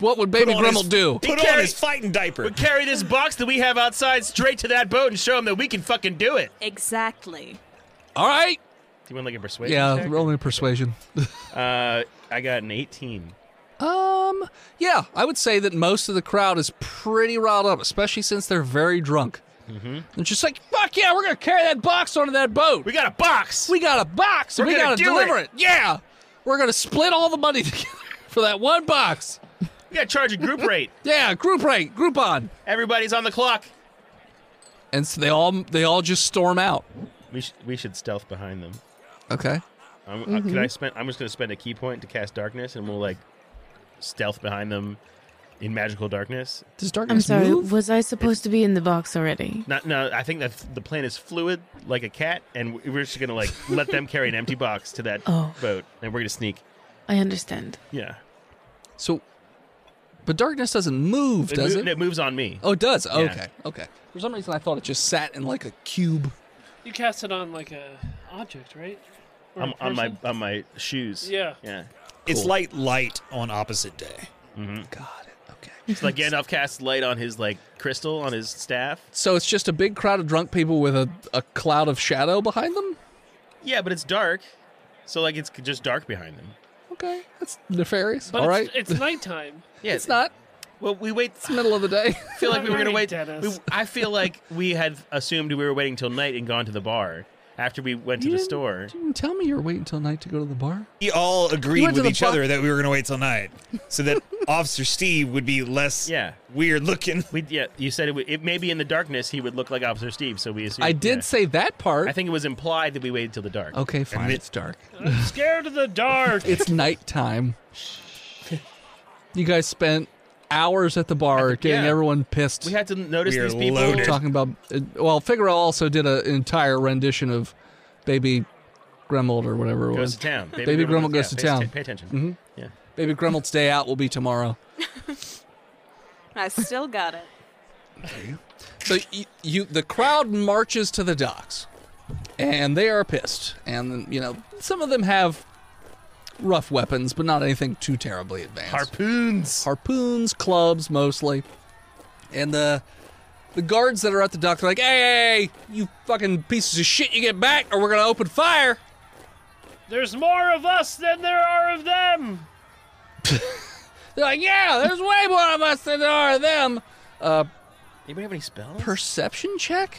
C: What would Baby
D: Grimmel
C: Grimmel do? Put on his
D: fighting diaper. Would carry this box that we have outside straight to that boat and show him that we can fucking do it.
G: Exactly.
C: All right.
D: Do you want like a persuasion?
C: Yeah,
D: check?
C: roll me a (laughs) persuasion.
D: Uh, I got an 18.
C: Um, yeah, I would say that most of the crowd is pretty riled up, especially since they're very drunk.
D: Mm-hmm.
C: They're just like, fuck yeah, we're gonna carry that box onto that boat. We
D: got a box.
C: We got a box. and
D: We're
C: we
D: gonna
C: gotta
D: do
C: deliver
D: it."
C: it. Yeah, we're gonna split all the money (laughs) together for that one box.
D: We gotta charge a
C: (laughs)
D: group rate.
C: yeah, group rate, Groupon.
D: Everybody's on the clock.
C: And so they all they all just storm out.
D: We sh- we should stealth behind them.
C: Okay.
D: I'm, uh, can I
C: Mhm.
D: spend? I'm just gonna spend a key point to cast darkness, and we'll like stealth behind them in magical darkness.
C: Does
H: I'm
C: darkness
H: sorry,
C: move?
H: was I supposed to be in the box already?
D: Not, no, I think that the plane is fluid like a cat, and we- we're just gonna like let them carry an empty box to that
H: Oh.
D: boat, and we're gonna sneak.
H: I understand.
D: Yeah,
C: So, but darkness doesn't move,
D: it,
C: does
D: mo-
C: it?
D: it moves on me.
C: Oh, it does.
D: Yeah.
C: Okay, okay. For some reason, I thought it just sat in like a cube.
B: You cast it on like a object, right? Or a
D: I'm on my
B: person?
D: on my shoes.
B: Yeah.
D: yeah.
K: It's
D: Cool.
K: like light on opposite day.
D: Mhm.
C: God.
D: It's like Gandalf casts light on his like crystal on his staff.
C: So it's just a big crowd of drunk people with a, a cloud of shadow behind them.
D: Yeah, but it's dark, so like it's just dark behind them.
C: Okay, that's nefarious.
B: But
C: All right,
B: it's, it's nighttime.
D: (laughs) Yeah,
C: it's not.
D: Well, we wait. It's
C: middle of the day.
D: I (laughs) feel like we were gonna
B: Alright,
D: wait.
B: Dennis.
D: we- I feel like we had assumed we were waiting till night and gone to the bar after we went to
C: You
D: the
C: didn't-
D: store.
C: You didn't tell me you were waiting until night to go to the bar.
E: We all
C: You
E: agreed
C: went to
E: with
C: the
E: each
C: bar-
E: other that we were going to wait till night so that
C: (laughs)
E: Officer Steve would be less
D: Yeah.
E: weird looking. (laughs)
D: We yeah. You said it, w- it. Maybe in the darkness he would look like Officer Steve. So we assumed.
C: I did
D: yeah.
C: say that part.
D: I think it was implied that we waited till the dark.
C: okay, fine. it's dark.
F: I'm scared of the dark.
C: (laughs) It's nighttime. you guys spent hours at the bar getting
D: yeah.
C: everyone pissed.
D: We had to notice
E: We are
D: these people.
E: loaded.
C: talking about. uh, Well, Figaro also did a- an entire rendition of "Baby Grimold" or whatever it
D: Goes
C: was.
D: to town.
C: Baby,
D: Baby
C: Grimmel
D: Grimmel-
C: goes
D: yeah,
C: to
D: pay-
C: town.
D: pay attention.
C: hmm
D: Yeah.
C: Baby Grimmeld's day out will be tomorrow.
G: I still got it.
C: So you, you the crowd marches to the docks, and they are pissed. And you know some of them have rough weapons, but not anything too terribly advanced.
D: Harpoons,
C: harpoons, clubs mostly. And the the guards that are at the dock are like, "Hey, you fucking pieces of shit! You get back, or we're gonna open fire."
F: There's more of us than there are of them.
C: (laughs) They're like, "Yeah, there's way more of us than there are of them." Uh,
D: Anybody have any spells?
C: perception check.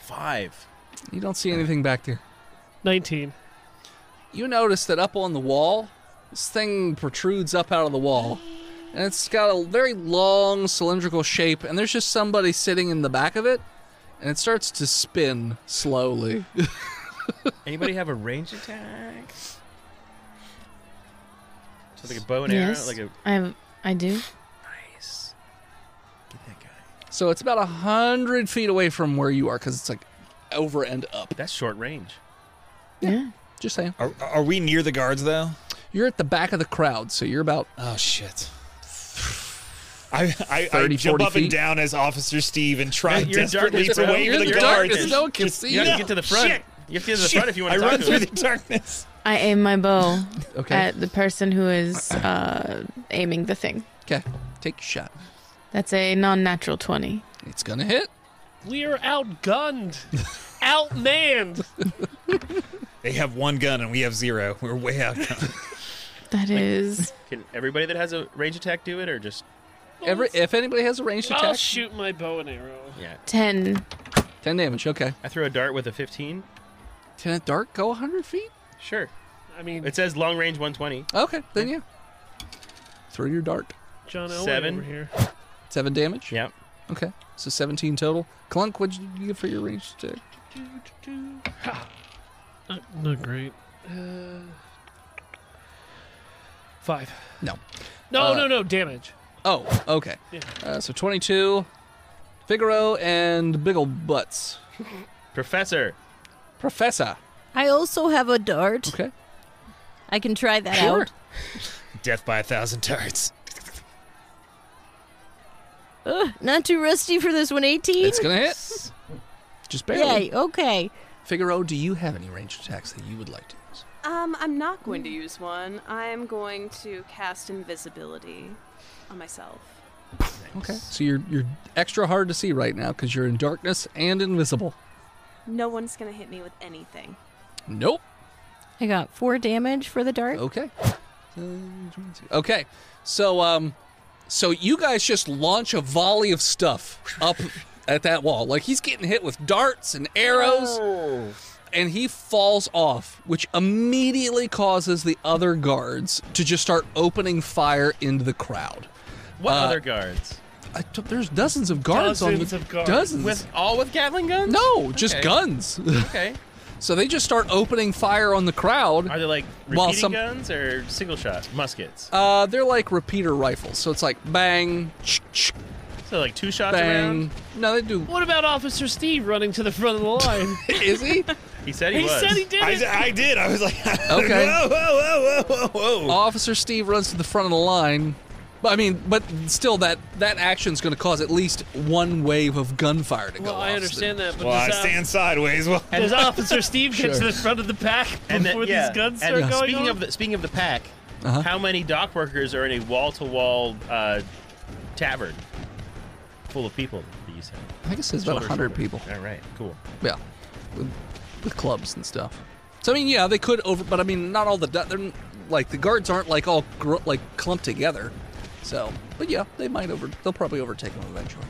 D: Five.
C: You don't see anything back there.
B: 19.
C: You notice that up on the wall, this thing protrudes up out of the wall. And it's got a very long cylindrical shape, and there's just somebody sitting in the back of it, and it starts to spin slowly. (laughs)
D: Anybody have a range attack? Sounds like a bow and
H: yes,
D: arrow. Like
H: I have- I do.
C: so it's about a hundred feet away from where you are, because it's like over and up.
D: That's short range.
C: Yeah. Just saying.
E: Are, are we near the guards though?
C: You're at the back of the crowd, so you're about uh,
E: Oh shit. I, I, I
C: 30,
E: jump
C: 40
E: up and
C: feet.
E: down as Officer Steve and try
D: You're in
E: desperately
D: darkness,
E: to
D: bro.
E: wait
D: You're
E: for
D: in
E: the
D: darkness.
E: guards.
D: No one
C: can
E: Just-
C: see
D: You have
E: No,
D: to get to the front.
E: shit.
D: You have to get to the
E: Shit.
D: front if you want
E: I
D: to talk
E: run
D: to
E: through
D: him.
E: the darkness.
H: I aim my bow
C: Okay.
H: at the person who is uh, aiming the thing.
C: okay. Take your shot.
H: That's a non-natural twenty.
C: It's gonna hit.
B: We are outgunned, outmanned.
E: They have one gun and we have zero. We're way out.
H: (laughs) That is
D: Can everybody that has a range attack do it, or just
C: Every if anybody has a ranged
B: I'll
C: attack,
B: shoot my bow and arrow.
D: yeah?
H: ten.
C: ten damage. Okay.
D: I throw a dart with a 15.
C: Can a dart go hundred feet?
D: Sure.
B: (laughs) I mean,
D: It says long range 120.
C: Okay, then yeah. Throw your dart.
B: John Elway
D: Seven.
B: over here.
C: Seven damage.
D: Yep.
C: Okay, so seventeen total. Clunk, what'd you get for your range attack?
B: Not, not great. Uh, five.
C: No.
B: No,
C: Uh,
B: no, no damage.
C: Oh, okay.
B: Yeah.
C: Uh, so twenty-two. Figaro and Big Ol' Butts.
D: Professor.
C: Professor.
L: I also have a dart.
C: Okay.
L: I can try that out.
E: Death by a thousand darts.
L: Ugh, not too rusty for this one. 18?
C: It's gonna hit. Just barely.
L: Yay, okay.
C: Figaro, do you have any ranged attacks that you would like to use?
G: (laughs) Um, I'm not going to use one. I'm going to cast invisibility on myself.
C: Okay. So you're you're extra hard to see right now because you're in darkness and invisible.
G: No one's gonna hit me with anything.
C: Nope.
I: I got four damage for the dart.
C: Okay. Okay. So um so you guys just launch a volley of stuff up at that wall. Like he's getting hit with darts and arrows and he falls off, which immediately causes the other guards to just start opening fire into the crowd.
D: What other guards?
C: I t- there's dozens of uh, guards on
B: Dozens
C: the
B: of guards.
C: dozens.
D: With all with Gatling guns?
C: no, just
D: Okay.
C: guns. (laughs)
D: Okay.
C: so they just start opening fire on the crowd.
D: Are they like repeating
C: Well, some-
D: guns or single shot muskets?
C: Uh, they're like repeater rifles, so it's like bang, ch- ch-
D: so like two shots
C: bang.
D: around.
C: No, they do.
B: What about Officer Steve running to the front of the line?
C: (laughs) Is he?
D: He said he,
B: he
D: was.
B: said he did
E: I,
B: it.
E: I did. I was like, (laughs)
C: Okay.
E: whoa, whoa, whoa, whoa, whoa.
C: Officer Steve runs to the front of the line. But I mean, but still, that that action's going to cause at least one wave of gunfire to
B: well,
C: go.
B: I
C: off.
B: understand that, but
E: Well, I
B: does, uh,
E: stand sideways. (laughs) Well,
C: (laughs)
B: does Officer Steve get to the front of the pack
D: And
B: before
D: then, yeah.
B: these guns
D: and
B: start going
D: speaking
B: off?
D: of the speaking of the pack,
C: Uh-huh.
D: how many dock workers are in a wall to wall tavern full of people? That you said.
C: I think it says about
D: Shoulder to
C: hundred
D: shoulder.
C: people.
D: All right, cool.
C: Yeah, with, with clubs and stuff. So I mean, yeah, they could over, but I mean, not all the du- they're n- like the guards aren't like all gr- like clumped together. So, but yeah, they might over. They'll probably overtake them eventually.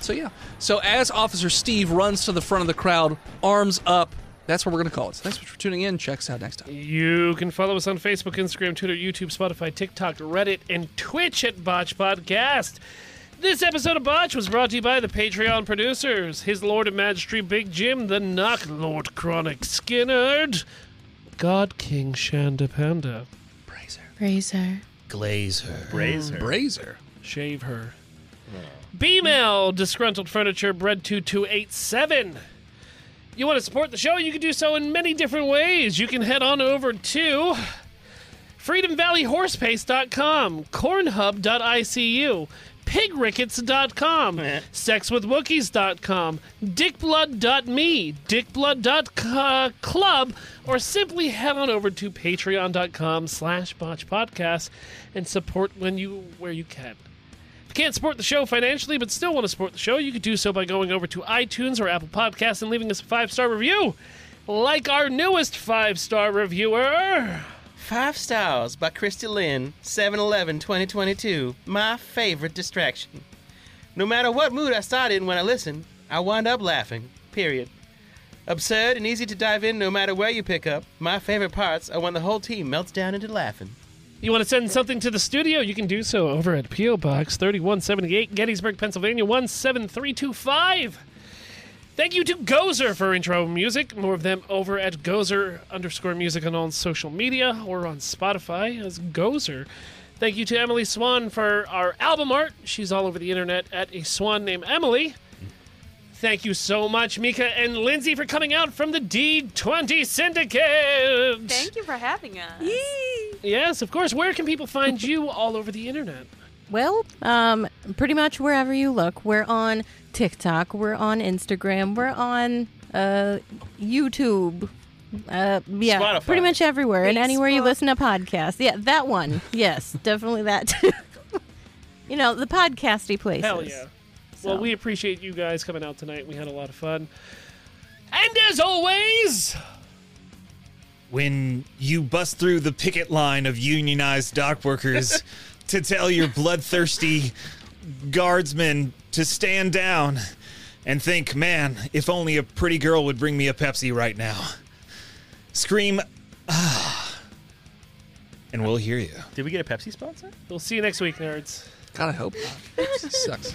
C: So yeah. So as Officer Steve runs to the front of the crowd, arms up. That's what we're gonna call it. So thanks for tuning in. Check us out next time.
B: You can follow us on Facebook, Instagram, Twitter, YouTube, Spotify, TikTok, Reddit, and Twitch at Botch Podcast. This episode of Botch was brought to you by the Patreon producers, His Lord and Majesty Big Jim, the Knock Lord Chronic Skinnerd, God King Shandapanda.
H: Praise her.
K: Glaze her.
D: Brazer.
C: Brazer.
B: Shave her. Bmail, disgruntled furniture, bread2287. You want to support the show? You can do so in many different ways. You can head on over to freedomvalleyhorsepaste.com, cornhub.icu, pigrickets.com, sexwithwookies.com, dickblood.me, dickblood.club, or simply head on over to patreon.com slash botchpodcast and support when you where you can. If you can't support the show financially but still want to support the show, you can do so by going over to iTunes or Apple Podcasts and leaving us a five-star review. Like our newest five-star reviewer...
D: Five stars by Christy Lynn, 7 11 2022. My favorite distraction. No matter what mood I start in when I listen, I wind up laughing.
M: Period. Absurd and easy to dive in no matter where you pick up. My favorite parts are when the whole team melts down into laughing.
B: You want to send something to the studio? You can do so over at P.O. Box 3178, Gettysburg, Pennsylvania 17325. Thank you to Gozer for intro music. More of them over at Gozer underscore music on all social media or on Spotify as Gozer. Thank you to Emily Swan for our album art. She's all over the internet at a swan named Emily. Thank you so much, Mika and Lindsay, for coming out from the D20 Syndicate.
G: Thank you for having us.
B: Yes, of course. Where can people find
C: (laughs)
B: you all over the internet?
I: Well, um, pretty much wherever you look, we're on TikTok, we're on Instagram, we're on uh, YouTube. Uh, yeah,
L: Spotify.
I: pretty much everywhere and anywhere you
L: Facebook.
I: listen to podcasts. Yeah, that one. Yes, definitely that. (laughs) too. you know the podcasty places.
B: Hell yeah. Well, we appreciate you guys coming out tonight. We had a lot of fun. And as always,
E: when you bust through the picket line of unionized dock
C: (laughs)
E: workers to tell your bloodthirsty guardsmen to stand down and think, man, if only a pretty girl would bring me a Pepsi right now. Scream, ah, and we'll hear you.
D: Did we get a Pepsi sponsor?
B: we'll see you next week, nerds.
C: God, I hope. Sucks.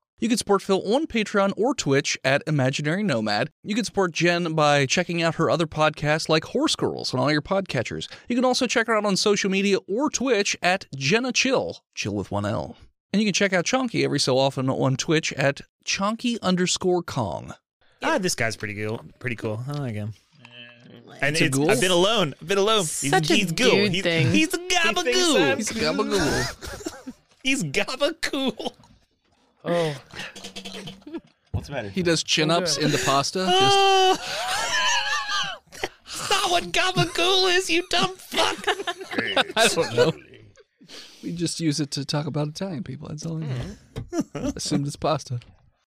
C: You can support Phil on Patreon or Twitch at Imaginary Nomad. You can support Jen by checking out her other podcasts like Horse Girls on all your podcatchers. You can also check her out on social media or Twitch at Jenna Chill, chill with one L. And you can check out Chonky every so often on Twitch at Chonky underscore Kong.
E: Ah, this guy's pretty cool. Pretty cool. I like him. And
C: It's a
E: it's,
C: ghoul?
E: I've been alone. I've been alone.
C: Such a
E: he's, he's ghoul.
C: dude
E: he's,
C: thing.
E: he's a gabagool.
C: He's gabagool.
E: (laughs) he's gabagool.
B: Oh.
D: What's the matter?
C: He does chin ups into
E: (laughs)
C: pasta. Just
E: That's not what gabagool is, you dumb fuck.
C: (laughs) I don't know.
E: Mm-hmm.
C: We just use it to talk about Italian people. That's all I know. Assumed it's pasta.